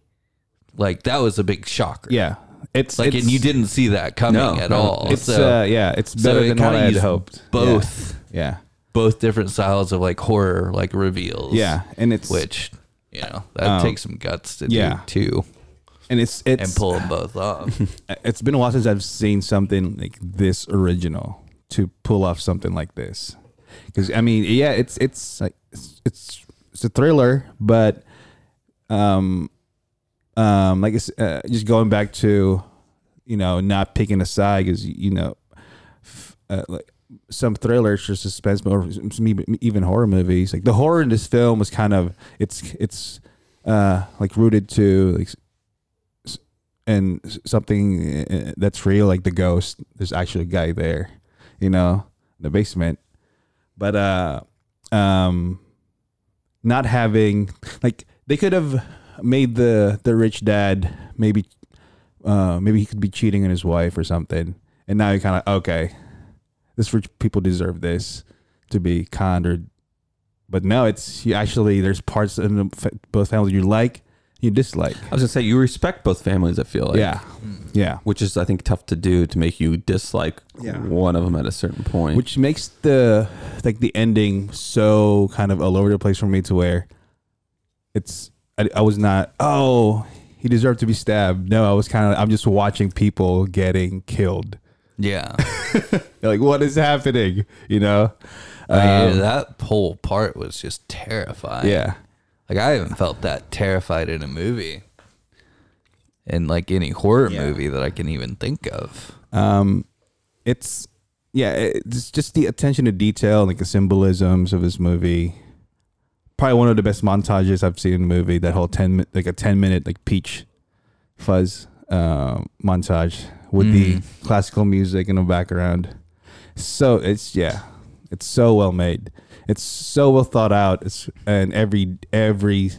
like that was a big shocker. Yeah. It's Like, it's, and you didn't see that coming No, at no. all. It's so, uh, yeah, it's so better it than what kinda I had used hoped. both, Yeah. both different styles of like horror, like reveals. Yeah. And it's Which, you know, that takes some guts to yeah. do too and it's it's and pull them *laughs* both off. it's been a while since I've seen something like this original to pull off something like this. Because I mean, yeah, it's it's like it's it's, it's a thriller, but um, um, like it's, uh, just going back to you know not picking a side because you know f- uh, like some thrillers or suspense or some even- even horror movies like the horror in this film was kind of it's it's uh like rooted to like and s- something uh, that's real, like the ghost. There's actually a guy there, you know, in the basement. But uh, um, not having like they could have made the the rich dad maybe, uh, maybe he could be cheating on his wife or something. And now you're kind of okay. This rich people deserve this to be conned or, but no, it's you actually there's parts in the, fa- both families you like, you dislike. I was gonna say, you respect both families. I feel like, Hmm. yeah, yeah. which is I think tough to do to make you dislike Yeah. one of them at a certain point. which makes the like the ending so kind of all over the place for me to where it's I, I was not oh he deserved to be stabbed no i was kind of i'm just watching people getting killed yeah. like what is happening you know I mean, Um, that whole part was just terrifying. yeah Like I haven't felt that terrified in a movie. In like any horror Yeah. movie that I can even think of. um it's yeah it's just the attention to detail like the symbolisms of this movie probably one of the best montages I've seen in a movie. That whole ten mi- like a ten minute like peach fuzz uh, montage with the classical music in the background. So it's yeah, it's so well made. It's so well thought out. It's and every every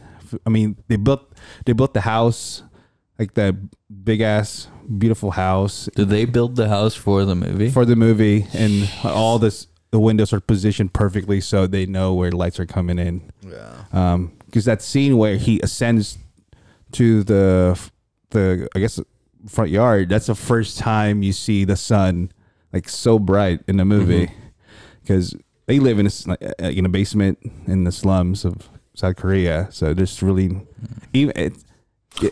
I mean they built they built the house like that big ass beautiful house Did they build the house for the movie? for the movie and all this the windows are positioned perfectly so they know where lights are coming in yeah um because that scene where he ascends to the the i guess front yard that's the first time you see the sun like so bright in the movie because they live in a, s- like, uh, in a basement in the slums of south korea so just really even it,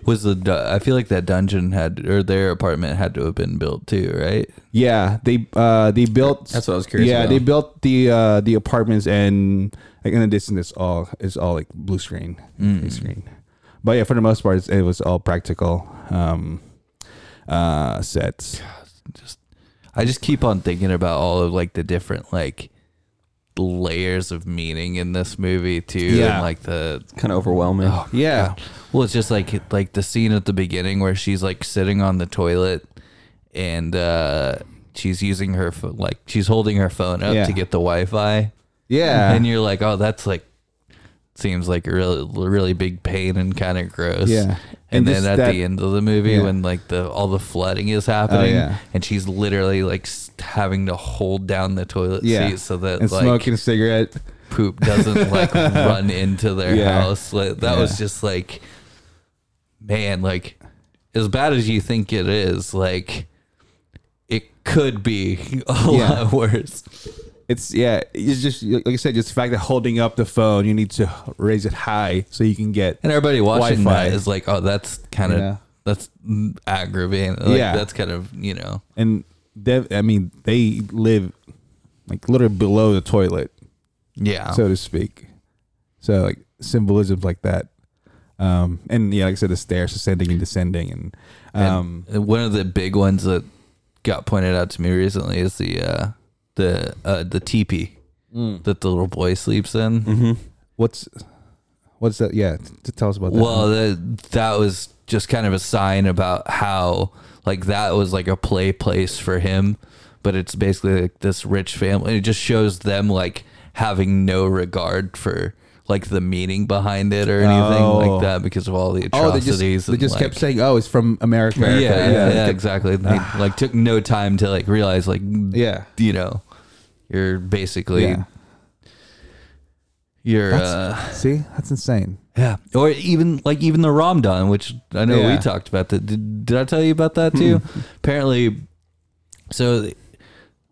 was the du- I feel like that dungeon had or their apartment had to have been built too, right? Yeah, they uh they built. That's what I was curious Yeah, about. they built the uh the apartments and like in the distance, it's all it's all like blue screen, Mm. blue screen. But yeah, for the most part, it's, it was all practical um uh sets. I just keep on thinking about all of like the different like layers of meaning in this movie too, Yeah. and like the Kind of overwhelming. Yeah, Well, it's just like like the scene at the beginning where she's like sitting on the toilet and uh she's using her pho- like she's holding her phone up Yeah. to get the Wi-Fi, yeah, and you're like, oh, that's like seems like a really really big pain and kind of gross. Yeah. And, And then just at that- the end of the movie, Yeah. when like the all the flooding is happening, yeah. and she's literally like s- having to hold down the toilet yeah. seat so that and like smoking a cigarette. poop doesn't *laughs* like run into their Yeah. house. Like, that was Yeah. just like, man, like as bad as you think it is, like it could be *laughs* a Yeah. lot worse. It's yeah. It's just like I said, just the fact that holding up the phone, you need to raise it high so you can get. And everybody watching Wi-Fi. that is like, oh, that's kind of Yeah. that's aggravating. Like, Yeah. that's kind of you know. And they, I mean, they live like literally below the toilet. Yeah. so to speak. So like symbolisms like that. Um, and yeah, like I said, the stairs ascending and descending, and um, And one of the big ones that got pointed out to me recently is the uh, the uh, the teepee Mm. that the little boy sleeps in. Mm-hmm. what's what's that? Yeah, t- t- tell us about that. Well, that, that was just kind of a sign about how like that was like a play place for him, but it's basically like this rich family. It just shows them like having no regard for like the meaning behind it or anything Oh. like that because of all the oh, they just atrocities. they and, just kept like- saying, "Oh, it's from America." yeah, yeah, yeah, Ah. yeah, exactly. And They like took no time to like realize like Yeah. you know, you're basically Yeah. you're That's- uh See, that's insane. yeah, or even like even the Ramdan, which I know Yeah. we talked about. That did, did I tell you about that too? Apparently, so th-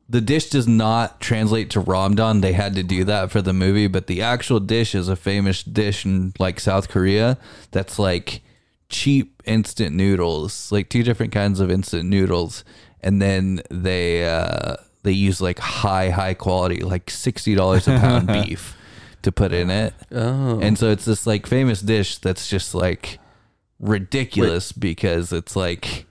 the dish does not translate to Ramdan. They had to do that for the movie, but the actual dish is a famous dish in like South Korea that's like cheap instant noodles, like two different kinds of instant noodles, and then they uh, they use like high high quality, like sixty dollars a pound beef to put in it. Oh. And so it's this like famous dish that's just like ridiculous because it's like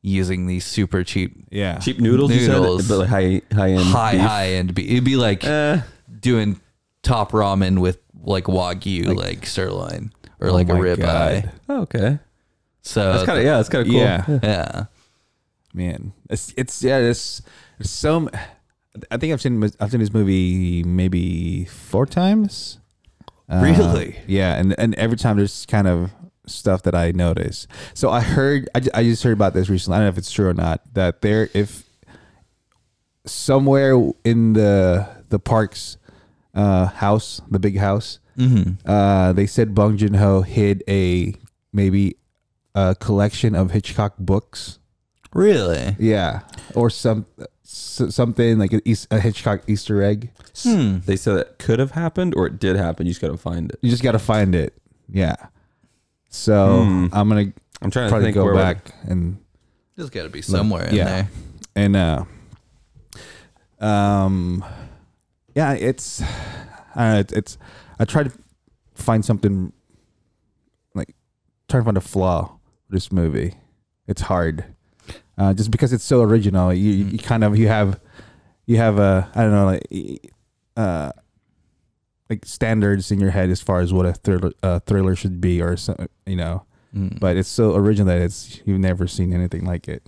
using these super cheap Yeah, Cheap noodles, you Noodles. said, but like high, high end. high beef. high end beef. It'd be like Eh, doing top ramen with like wagyu like, sirloin or like a Oh my ribeye. God. oh, okay. So That's kind of yeah. That's kind of cool. Yeah. yeah. man. It's it's yeah. It's, it's so. m- I think I've seen I've seen this movie maybe four times. Uh, Really? yeah, and and every time there's kind of stuff that I notice. So I heard I, ju- I just heard about this recently. I don't know if it's true or not that there if somewhere in the the park's uh, house, the big house, uh, they said Bong Joon Ho hid a maybe a collection of Hitchcock books. Really? Yeah, or some s- something like an Eas- a Hitchcock Easter egg. Hmm. They said that could have happened or it did happen. You just gotta find it. You just got to find it. Yeah. So I'm gonna I'm trying to probably think go where would- back and There's got to be somewhere in yeah. there. and uh, um, yeah, it's I don't know, it's, it's I try to find something like try to find a flaw with this movie. It's hard, uh, just because it's so original. You, Mm-hmm. you kind of you have you have a I don't know like uh like standards in your head as far as what a thriller, uh, thriller should be, or so, you know. Mm. But it's so original that it's you've never seen anything like it.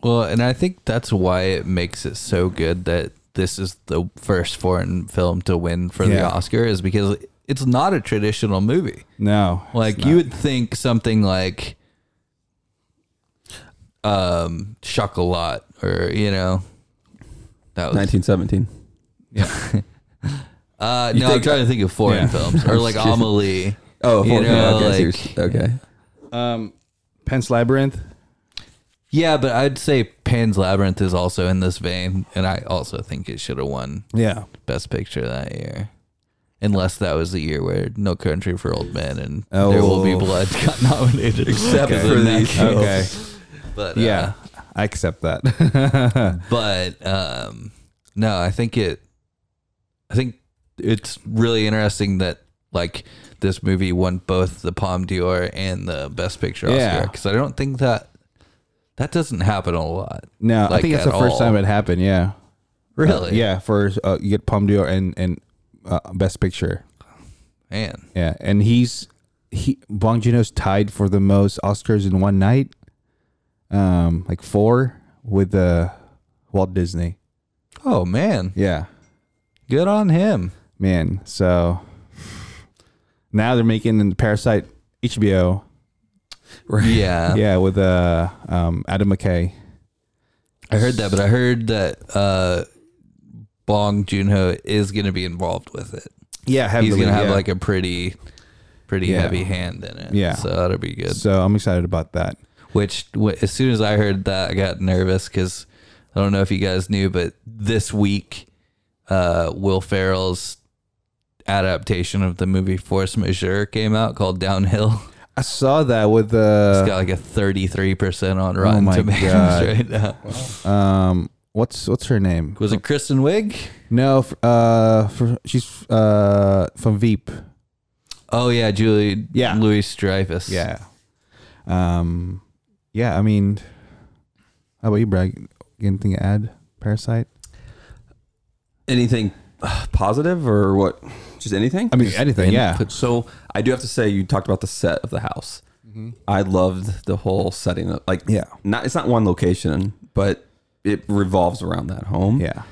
Well, and I think that's why it makes it so good that this is the first foreign film to win for the Yeah. Oscar is because it's not a traditional movie. No, it's Like not. you would think something like um Chocolat or you know that was 1917. uh You no I'm think- trying to think of foreign Yeah. films or like Excuse me. Amelie. Oh, You 14. know, okay, I see like- what you're- okay. um, Pence Labyrinth. Yeah, but I'd say Pan's Labyrinth is also in this vein and I also think it should have won Yeah, Best Picture that year. Unless that was the year where No Country for Old Men and Oh. There Will Be Blood got nominated, except Okay. for these. Okay, But uh, yeah, yeah, I accept that. *laughs* but um, no, I think it. I think it's really interesting that like this movie won both the Palme d'Or and the Best Picture Yeah. Oscar because I don't think that that doesn't happen a lot. no, I Like, think it's the at first all. time it happened. Yeah, Uh, Really? yeah, for uh, you get Palme d'Or and and uh, Best Picture. man. Yeah, and he's he Bong Joonho's tied for the most Oscars in one night, um, like four with uh, Walt Disney. Oh man, Yeah, good on him. man. So *sighs* now they're making the Parasite HBO. *laughs* Yeah. Yeah, with uh, um, Adam McKay. I heard that, but I heard that uh, Bong Joon-ho is going to be involved with it. Yeah, He's going to have yeah. like a pretty, pretty Yeah. heavy hand in it. Yeah. so that'll be good. So I'm excited about that. Which, wh- as soon as I heard that, I got nervous because I don't know if you guys knew, but this week, uh, Will Ferrell's adaptation of the movie Force Majeure came out called Downhill. *laughs* I saw that with It's uh, Oh got like a thirty-three percent on Rotten my Tomatoes God. right *laughs* now. um, what's what's her name? Was it Kristen Wiig? No, f- uh, for, she's uh from Veep. Oh yeah, Julie. Yeah. Louis Dreyfus. Yeah. Um, yeah. I mean, how about you, Brad? Anything to add? Parasite. Anything uh, positive or what? Just anything? I mean, anything. Yeah. So I do have to say, you talked about the set of the house. I loved the whole setting. Of, like, Yeah. not it's not one location, but it revolves around that home. Yeah.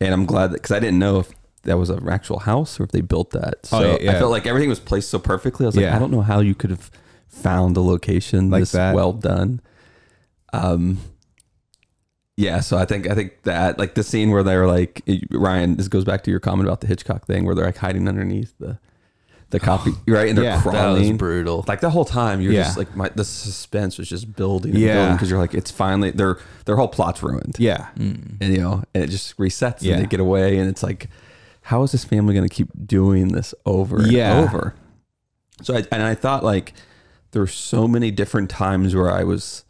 and I'm glad that because I didn't know if that was an actual house or if they built that. So Oh, yeah, yeah. I felt like everything was placed so perfectly. I was like, Yeah. I don't know how you could have found a location Like this that. well done. Um, yeah. So I think I think that like the scene where they're like Ryan. This goes back to your comment about the Hitchcock thing, where they're like hiding underneath the *sighs* the coffee, right? And they're Yeah, that was that was crawling. brutal. Like the whole time, you're Yeah. just like my, the suspense was just building, and Yeah. building because you're like, it's finally their their whole plot's ruined Yeah. and you know, and it just resets Mm-hmm. Yeah. and they get away, and it's like, how is this family going to keep doing this over and Yeah. over? So, I, and I thought like there were so many different times where I was,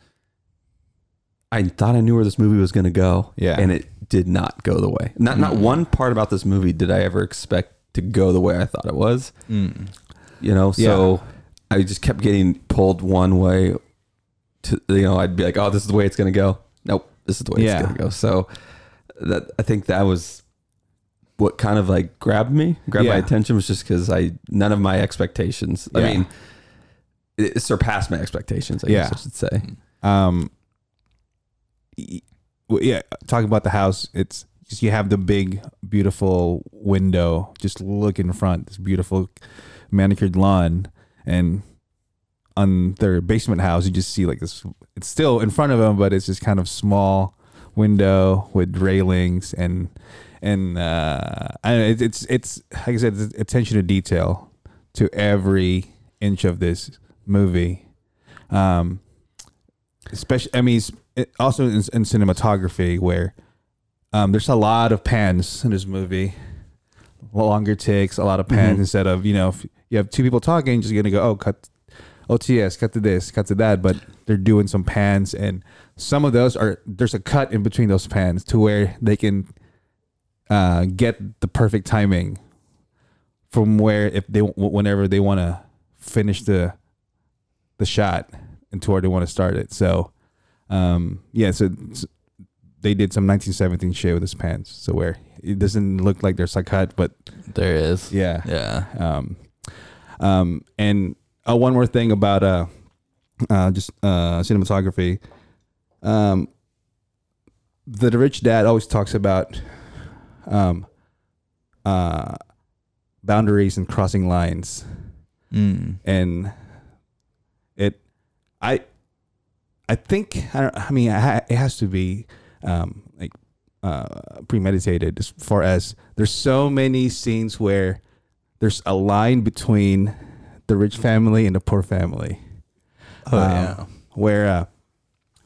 I thought I knew where this movie was going to go, Yeah. Mm-hmm. and it did not go the way. Not not one part about this movie did I ever expect to go the way I thought it was. mm. You know, so I just kept getting pulled one way. To you know, I'd be like, oh, this is the way it's going to go. Nope, this is the way Yeah. it's going to go. So that I think that was what kind of like grabbed me, grabbed my Yeah. attention was just because I none of my expectations. I Yeah. mean, it surpassed my expectations. I Yeah. guess I should say. Um. y- well, Yeah. Talking about the house, it's just you have the big, beautiful window. Just look in front. This beautiful manicured lawn, and on their basement house, you just see like this. It's still in front of them, but it's just kind of small window with railings and and uh, I don't know, it, it's it's like I said, it's attention to detail to every inch of this movie. Um, especially, I mean, it's- it, also in, in cinematography where um, there's a lot of pans in this movie. Longer takes, a lot of pans instead of you know if you have two people talking, just gonna go oh cut OTS, cut to this, cut to that, but they're doing some pans and some of those are there's a cut in between those pans to where they can uh, get the perfect timing from where if they whenever they want to finish the the shot and to where they want to start it. So um, yeah, so it's- they did some 1917 shit with his pants. So where it doesn't look like they're psychotic, but There is. yeah, Yeah. um, um, and uh, one more thing about uh, uh, just uh, cinematography. Um, the rich dad always talks about um, uh, boundaries and crossing lines, Mm. and it, I, I think I, don't, I mean I, ha- it has to be um, like uh, premeditated as far as there's so many scenes where there's a line between the rich family and the poor family. Oh Um, yeah. Where uh,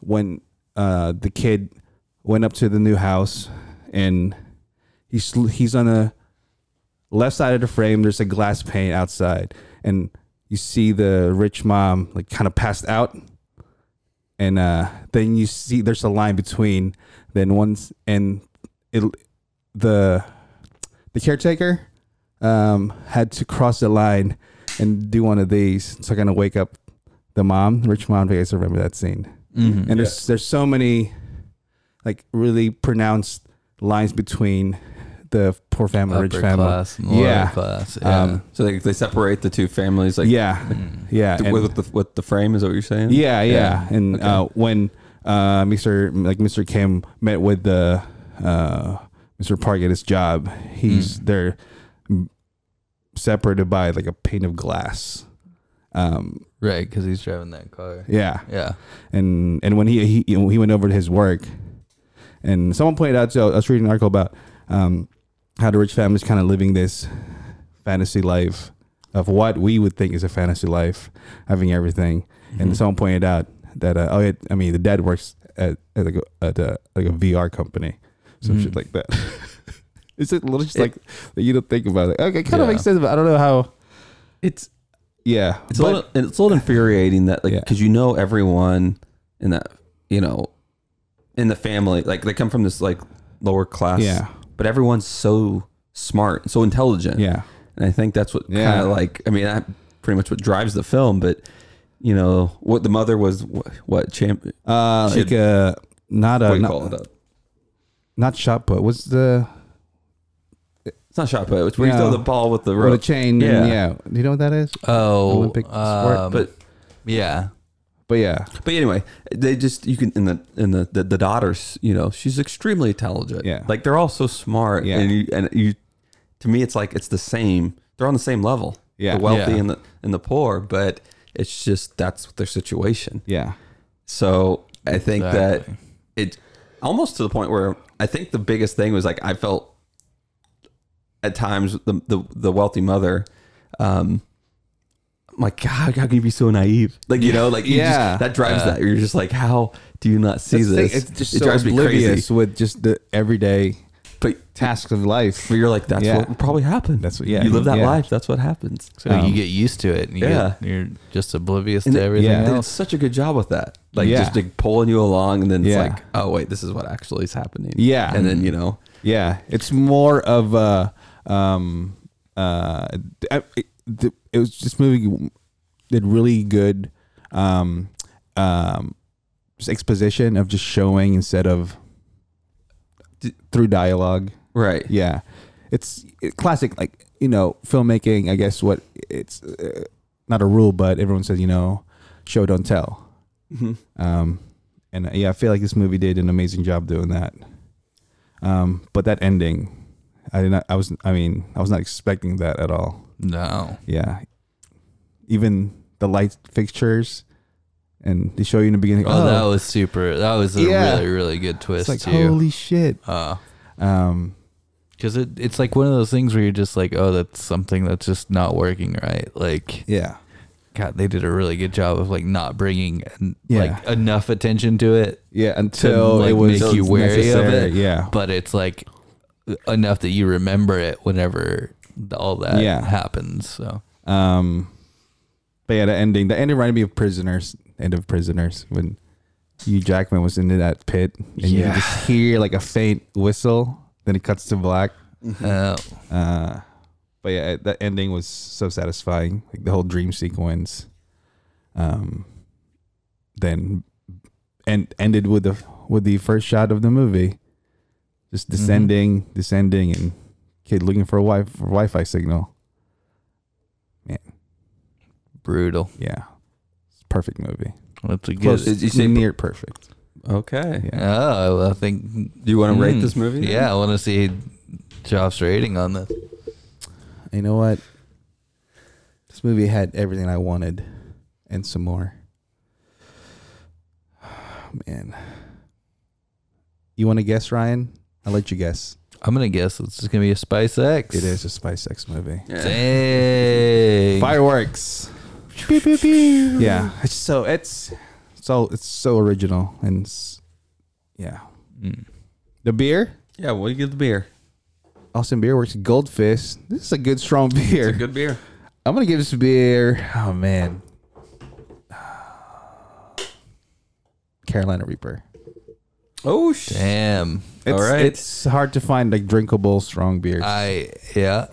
when uh, the kid went up to the new house and he's he's on the left side of the frame. There's a glass pane outside, and you see the rich mom like kind of passed out, and uh, then you see there's a line between. Then once and it the the caretaker um, had to cross the line and do one of these to kind of wake up the mom, the rich mom. If you guys remember that scene, Mm-hmm. and there's there's so many like really pronounced lines between the poor family, rich Upper family. class and lower yeah, class. Yeah. Um, So they, they separate the two families, like yeah, Mm. yeah, th- and- with, with the with the frame. Is that what you're saying? yeah, yeah. And uh, when uh, Mr. like Mr. Kim met with the uh, Mr. Park at his job, he's they're separated by like a pane of glass. Um, right, because he's driving that car. yeah, Yeah. and and when he he, you know, he went over to his work, and someone pointed out. So I was reading an article about um, how the rich family's kind of living this fantasy life of what we would think is a fantasy life, having everything. Mm-hmm. And someone pointed out that uh, oh, yeah, I mean, the dad works at, at like a, at a, like a VR company, some Mm. shit like that. *laughs* it's a little just like that you don't think about it. Okay, kind of Yeah. makes sense, but I don't know how. It's Yeah, it's a little and it's a little infuriating that like Yeah. because you know everyone in that you know in the family like they come from this like lower class Yeah. but everyone's so smart so intelligent yeah, and I think that's what Yeah. kind of like I mean that pretty much what drives the film but you know what the mother was what, what champ uh, Should- like uh, not what a do you not, call it up not shot put. What's the it's not shot put it's where you No. throw the ball with the With a rope chain. Yeah. Yeah. yeah. Do you know what that is? Oh. Olympic sport, um, but yeah. But yeah. But anyway, they just you can in the in the the, the daughters, you know, she's extremely intelligent. Yeah. like they're all so smart. Yeah. and you and you, to me, it's like it's the same. They're on the same level. Yeah. the wealthy Yeah. and the and the poor, but it's just that's their situation. Yeah. So I think Exactly. that it almost to the point where I think the biggest thing was like I felt at times the the, the wealthy mother. Um, I'm like, God, how can you be so naive? Like, you know, like, you Yeah. just, that drives that. You're just like, how do you not see That's the thing, this? It's just so oblivious with just the everyday But, tasks of life. but you're like, that's Yeah. what will probably happen. That's what- yeah, You live that yeah. life. That's what happens. So um, you get used to it. And you Yeah. Get, you're just oblivious And to it- everything yeah. They did else. such a good job with that. Like, Yeah. just like pulling you along. And then Yeah. it's like, oh, wait, this is what actually is happening. Yeah. And then, you know, Yeah, it's more of a um uh I- it, the- it was this movie did really good um um just exposition of just showing instead of through dialogue. right. Yeah, it's it, classic like you know filmmaking. I guess what it's uh, not a rule, but everyone says you know show don't tell. Mm-hmm. Um, and uh, yeah, I feel like this movie did an amazing job doing that. Um, but that ending, I did not. I was. I mean, I was not expecting that at all. No. Yeah, even the light fixtures, and they show you in the beginning. Oh, that was super. That was a Yeah. really, really good it's twist like too. holy shit. Uh, Um, because it, it's like one of those things where you're just like, oh, that's something that's just not working right. Like, yeah, God, they did a really good job of like not bringing en- Yeah. like enough attention to it yeah. to Until like it was make you wary of necessary. it. Yeah, but it's like enough that you remember it whenever th- all that Yeah. happens. So Um, but yeah, the ending. The ending reminded me of Prisoners. End of Prisoners when Hugh Jackman was into that pit, and you Yeah. can just hear like a faint whistle. Then it cuts to black. uh, Uh, but yeah, that ending was so satisfying. Like the whole dream sequence. Um, then and ended with the with the first shot of the movie, just descending, descending, and kid looking for a wi- for Wi-Fi signal. Man, Brutal. yeah, it's a perfect movie. That's a good. Close, Did you say- near perfect. Okay. Mm. Yeah. Oh, I think. Do you want to rate this movie? then? Yeah, I want to see Joff's rating on this. You know what? This movie had everything I wanted and some more. *sighs* Man. You want to guess, Ryan? I'll let you guess. I'm gonna guess it's just gonna be a Spice X. It is a Spice X movie. Dang. Fireworks. Yeah. It's So it's so it's so original and s yeah. Mm. The beer, Yeah. What do you give the beer? Austin Beer Works Goldfish. This is a good strong beer. It's a good beer. I'm gonna give this beer. Oh man, *sighs* Carolina Reaper. Oh shit. Damn. It's, All right. it's hard to find like drinkable strong beers. I yeah.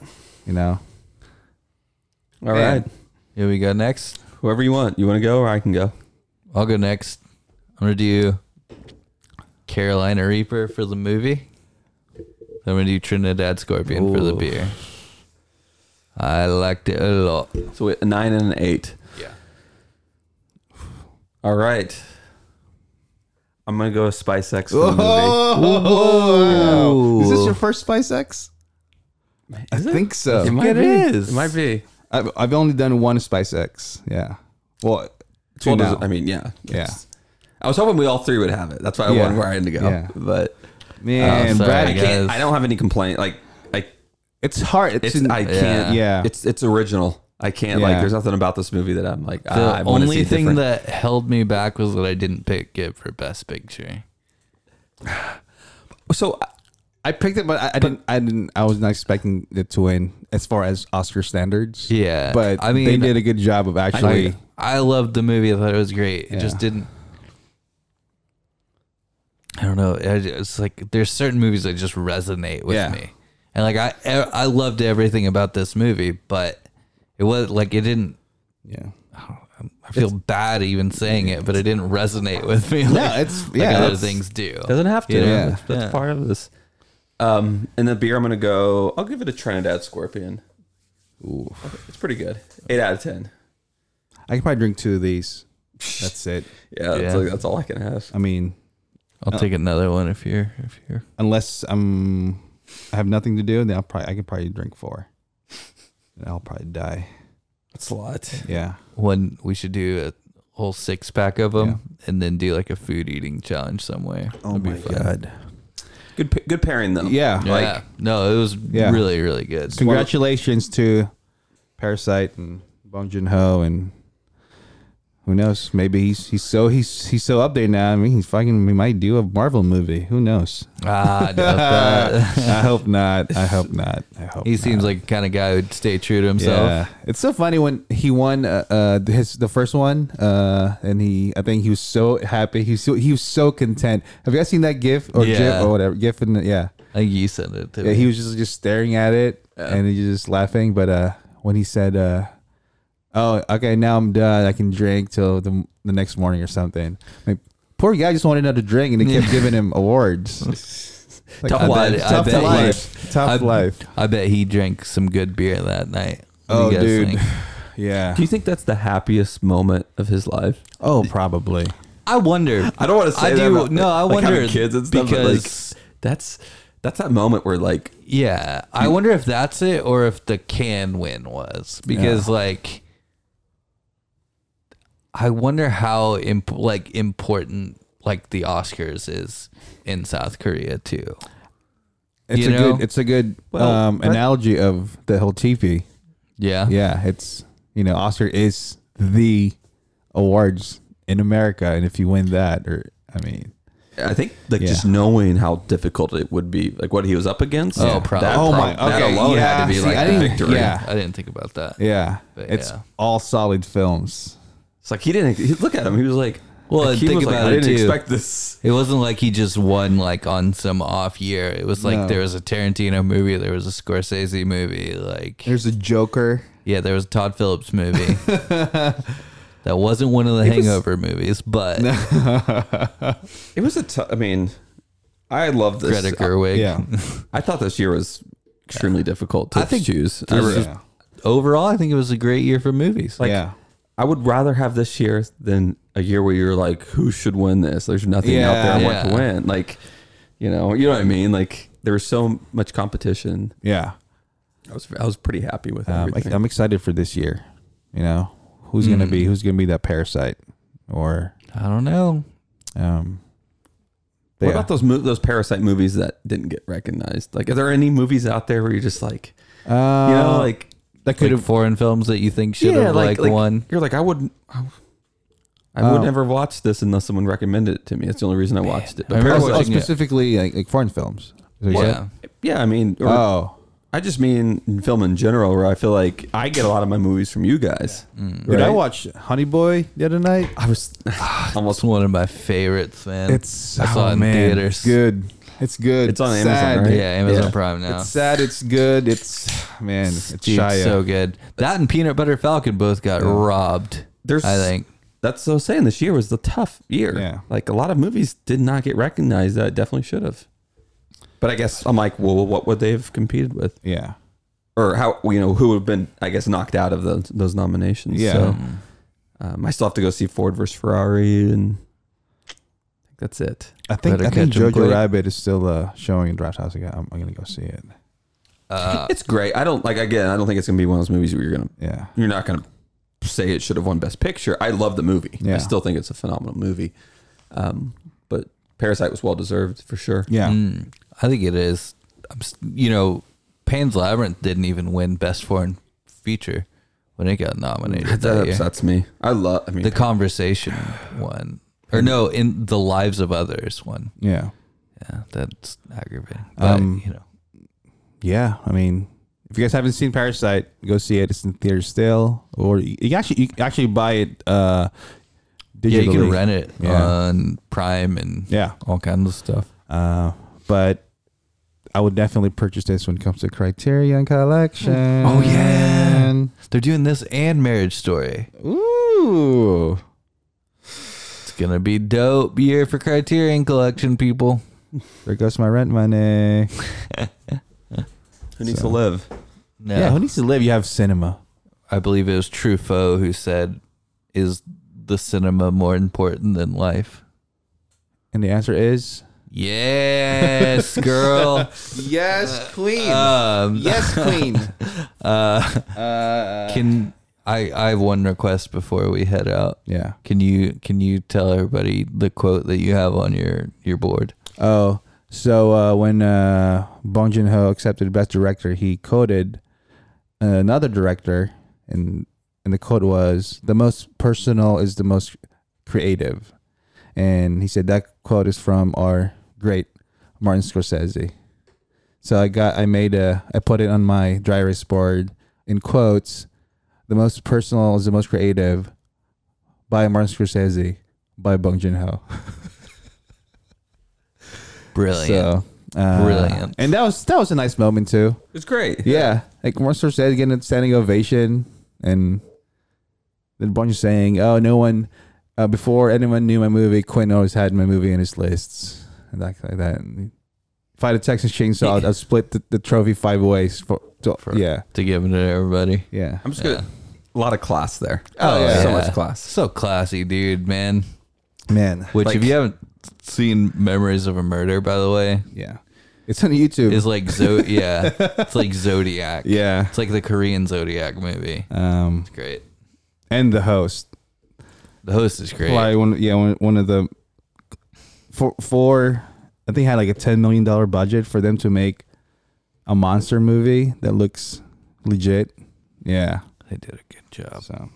you *laughs* know, All Man. right. Here we go next. Whoever you want. You want to go or I can go? I'll go next. I'm gonna do Carolina Reaper for the movie. I'm gonna do Trinidad Scorpion for the Ooh. beer. I liked it a lot. So we- a nine and an eight. Yeah. All right. I'm gonna go with Spice X for the movie. is this your first Spice X? I think so. It It might be. is. It might be. I've, I've only done one Spice X. Yeah. Well, two Well, now. does- I mean, yeah. yeah. It's- I was hoping we all three would have it. That's why I Yeah. wanted Ryan to go. Yeah. But Man, Oh, sorry, Brad, I can't. guys. I don't have any complaint. Like I, it's hard. It's, it's in- I can't. Yeah. It's it's original. I can't. Like Yeah. there's nothing about this movie that I'm like. The ah, I wanna only see thing different. that held me back was that I didn't pick it for best picture. So uh, I- I picked it, but I, I didn't. I didn't. I was not expecting it to win as far as Oscar standards. Yeah, but I I mean, they mean- did a good job of actually. Like, I loved the movie. I thought it was great. It just Yeah. didn't. I don't know. I ju- It's like there's certain movies that just resonate with Yeah. me, and like I e, I loved everything about this movie, but it was like it didn't. yeah, I feel bad even saying it, but it didn't resonate with me. *laughs* Like, it's- like yeah, other that's- things do. doesn't have to. You know? Yeah. That's, that's Yeah. part of this. Um, and the beer I'm gonna go. I'll give it a Trinidad Scorpion. Ooh. It's pretty good. Eight out of ten. I could probably drink two of these. That's it. Yeah, That's, Yeah. like, that's all I can have. I mean, I'll Oh. take another one if you're if you're. unless I'm, I have nothing to do, then I'll probably I could probably drink four. And I'll probably die. That's a lot. Yeah. One we should do a whole six pack of them, and then do like a food eating challenge somewhere. That'd be fun. Oh god. Good, pa- good pairing though. Yeah. Yeah. no, it was Yeah. really, really good. Congratulations to Parasite and Bong Joon Ho and who knows? Maybe he's he's so he's he's so up there now. I mean, he's fucking. We might do a Marvel movie. Who knows? *laughs* Ah, I doubt *laughs* that. I hope not. I hope not. I *laughs* hope he not. seems like the kind of guy who'd stay true to himself. Yeah, it's so funny when he won uh, uh his the first one uh and he I think he was so happy he was so, he was so content. Have you guys seen that GIF or Yeah. GIF or whatever GIF and yeah. I think you said it too. yeah he was just just staring at it and he was just laughing. But uh when he said uh oh okay now I'm done I can drink till the the next morning or something like. Poor guy just wanted another drink, and they kept giving him *laughs* awards. Like, Tough I bet- life. I tough bet he- life, I, tough life. I bet he drank some good beer that night. What do you Oh, guys dude. *laughs* think? *sighs* Yeah. Do you think that's the happiest moment of his life? Oh, probably. I wonder. I don't want to say I that do- about, no, I like, wonder having kids and stuff, because- because like, that's that's that moment where like Yeah, I wonder if that's it or if the can win was because like I wonder how imp- like important like the Oscars is in South Korea too. It's You a know? good. It's a good Well, um, but- analogy of the whole teepee. Yeah. Yeah, it's you know Oscar is the awards in America, and if you win that, or I mean, I think like Yeah. just knowing how difficult it would be, like what he was up against. Oh, probably. That, Oh my- that okay, alone had yeah. to be See, like I the didn't- victory. yeah. I didn't think about that. yeah, But it's yeah. all solid films. It's like he didn't he, look at him. He was like, Well, like, and he think was like, about I it, didn't too. expect this. It wasn't like he just won like on some off year. It was like No. there was a Tarantino movie, there was a Scorsese movie, like There's a Joker. yeah, there was a Todd Phillips movie. That wasn't one of the It was- Hangover movies, but It was a. T- I mean, I love this. *laughs* Greta Gerwig. *laughs* yeah. I thought this year was extremely difficult to I think choose. I, this re- is- Overall, I think it was a great year for movies. Like, yeah. I would rather have this year than a year where you're like, who should win this? There's nothing out there I want to Yeah. win. Like, you know, you know what I mean. Like, there was so much competition. Yeah. I was I was pretty happy with Um, I, everything. I'm excited for this year. You know, who's gonna Mm. be who's gonna be that parasite or I don't know. um. what yeah. about those mo- those parasite movies that didn't get recognized? Like, are there any movies out there where you're just like, Uh, you know, like that could Like have foreign films that you think should have like, won. You're like, I wouldn't. I, I would Oh. never watch this unless someone recommended it to me. That's the only reason I watched it. I remember oh, Parasite- oh, watching it. specifically like, like foreign films. Is what you Yeah. said? yeah, I mean, or- Oh. I just mean in film in general, where I feel like I get a lot of my movies from you guys. Dude, I Right? watched Honey Boy the other night. I was *sighs* Almost one of my favorites, man. It's I saw oh, it in man, theaters. It's good. It's good. It's on Amazon, sad. right? Yeah, Amazon Yeah. Prime now. It's sad. It's good. It's man. It's Dude, Shia. so good. That and Peanut Butter Falcon both got robbed. there's I think. that's so saying. This year was the tough year. Yeah. like a lot of movies did not get recognized that it definitely should have. But I guess I'm like, well, what would they have competed with, yeah. or how you know who would have been? I guess knocked out of those those nominations. Yeah. So, um, I still have to go see Ford versus Ferrari, and I think that's it. I think Better I think catch 'em Jojo quick. Rabbit is still uh, showing in Draft House. again. I'm, I'm gonna go see it. Uh, *laughs* it's great. I don't like again. I don't think it's gonna be one of those movies where you're gonna Yeah. you're not going to say it should have won Best Picture. I love the movie. Yeah. I still think it's a phenomenal movie. Um, but Parasite was well deserved for sure. Yeah. Mm, I think it is. I'm, s- you know, Pan's Labyrinth didn't even win Best Foreign Feature when it got nominated. That that year. upsets me. I love. I mean, The Conversation one, or no, in the Lives of Others one. Yeah. Yeah, that's aggravating. But, Um, you know, Yeah. I mean, if you guys haven't seen Parasite, go see it. It's in theaters still, or you, you actually you can actually buy it. Uh, digitally. yeah, you can rent it Yeah. on Prime and Yeah. all kinds of stuff. Uh, but I would definitely purchase this when it comes to Criterion Collection. Oh, yeah. They're doing this and Marriage Story. Ooh. It's gonna be dope year for Criterion Collection people. There goes my rent money. who needs so- to live? No. Yeah. Who needs to live? You have cinema. I believe it was Truffaut who said, "Is the cinema more important than life?" And the answer is *laughs* Yes, girl. yes, queen. um, queen. Uh, uh, *laughs* can I? I have one request before we head out. *laughs* yeah. Can you can you tell everybody the quote that you have on your your board? Oh, so uh, when uh, Bong Joon Ho accepted Best Director, he quoted another director, and and the quote was, "The most personal is the most creative," and he said that quote is from our great Martin Scorsese. So I got, I made a, I put it on my dry erase board in quotes. The most personal is the most creative by Martin Scorsese by Bong Joon Ho. Brilliant. So, uh, Brilliant. And that was that was a nice moment too. It's great. Yeah, like Martin Scorsese getting a standing ovation, and then bunch saying, "Oh, no one uh, before anyone knew my movie. Quentin always had my movie in his lists and that like that." And if I had a Texas chainsaw, I'd- I'd split the, the trophy five ways. For, to, For- yeah, to give it to everybody. yeah. I'm just gonna a lot of class there. Oh, yeah. so Yeah. much class. So classy, dude, man. Man, Which, Like- if you haven't seen Memories of a Murder, by the way, yeah, it's on YouTube. is like Zo- yeah, it's like Zodiac. yeah, It's like the Korean Zodiac movie. um, Great. and the host. The host is great. Like one, yeah, one, one of the for for I think had like a ten million dollar budget for them to make a monster movie that looks legit. Yeah, They did a good job. so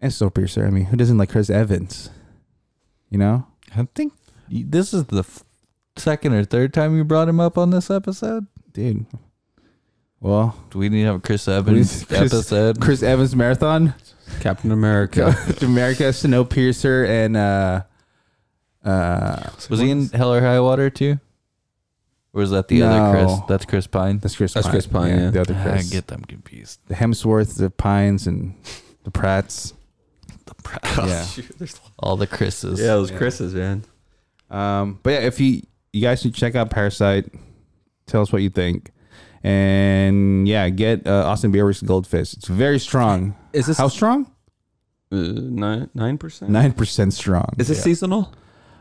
and Snowpiercer. I mean, who doesn't like Chris Evans? You know? I think you- this is the f- second or third time you brought him up on this episode. Dude. Well, Do we need to have a Chris Evans Chris- episode? Chris Evans marathon, Captain America. *laughs* America, Snowpiercer, and uh, uh, was he in Hell or High Water too? Or is that the other Chris? No. That's Chris Pine. that's Chris. That's Chris Pine, yeah. the other I Chris. get them Ah, confused. the Hemsworth, the Pines, and the Pratts. proud. *laughs* Yeah. *laughs* All the Chris's. Yeah, those Chris's, man. Um, but yeah, if you you guys should check out Parasite, tell us what you think, and yeah, get uh, Austin Bieber's Goldfish. It's very strong. Is this- how strong? Uh, nine nine percent. Nine percent strong. Is this seasonal?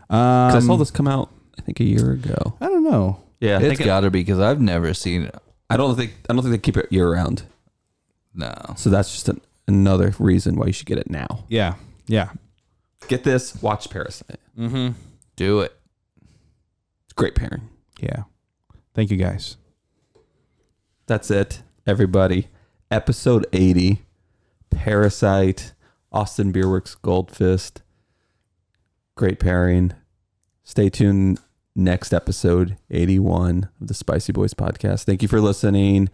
Um, 'Cause I saw this come out, I think, a year ago. I don't know. Yeah, I, It's think it- got to be because I've never seen it. I don't think I don't think they keep it year round. No. So that's just an, another reason why you should get it now. Yeah, yeah. Get this. Watch Parasite. Mm-hmm. Do it. It's great pairing. Yeah. Thank you guys. That's it, everybody. Episode 80 Parasite, Austin Beerworks Goldfist. Great pairing. Stay tuned next episode 81 of the Spicy Boys podcast. Thank you for listening.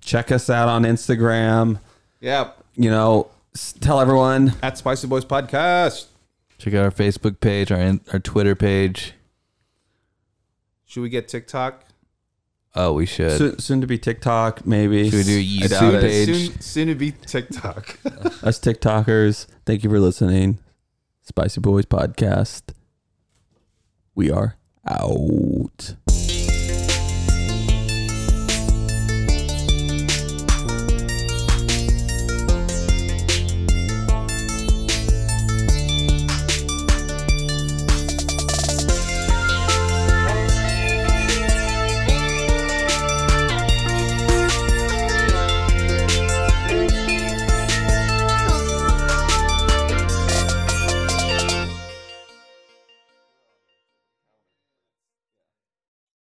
Check us out on Instagram. Yeah. You know, s- tell everyone. At Spicy Boys Podcast. Check out our Facebook page, our in- our Twitter page. Should we get TikTok? Oh, we should. Soon, soon to be TikTok, maybe. should we do a I YouTube doubt it. page? soon to be TikTok. *laughs* Us TikTokers, thank you for listening. Spicy Boys Podcast. We are out.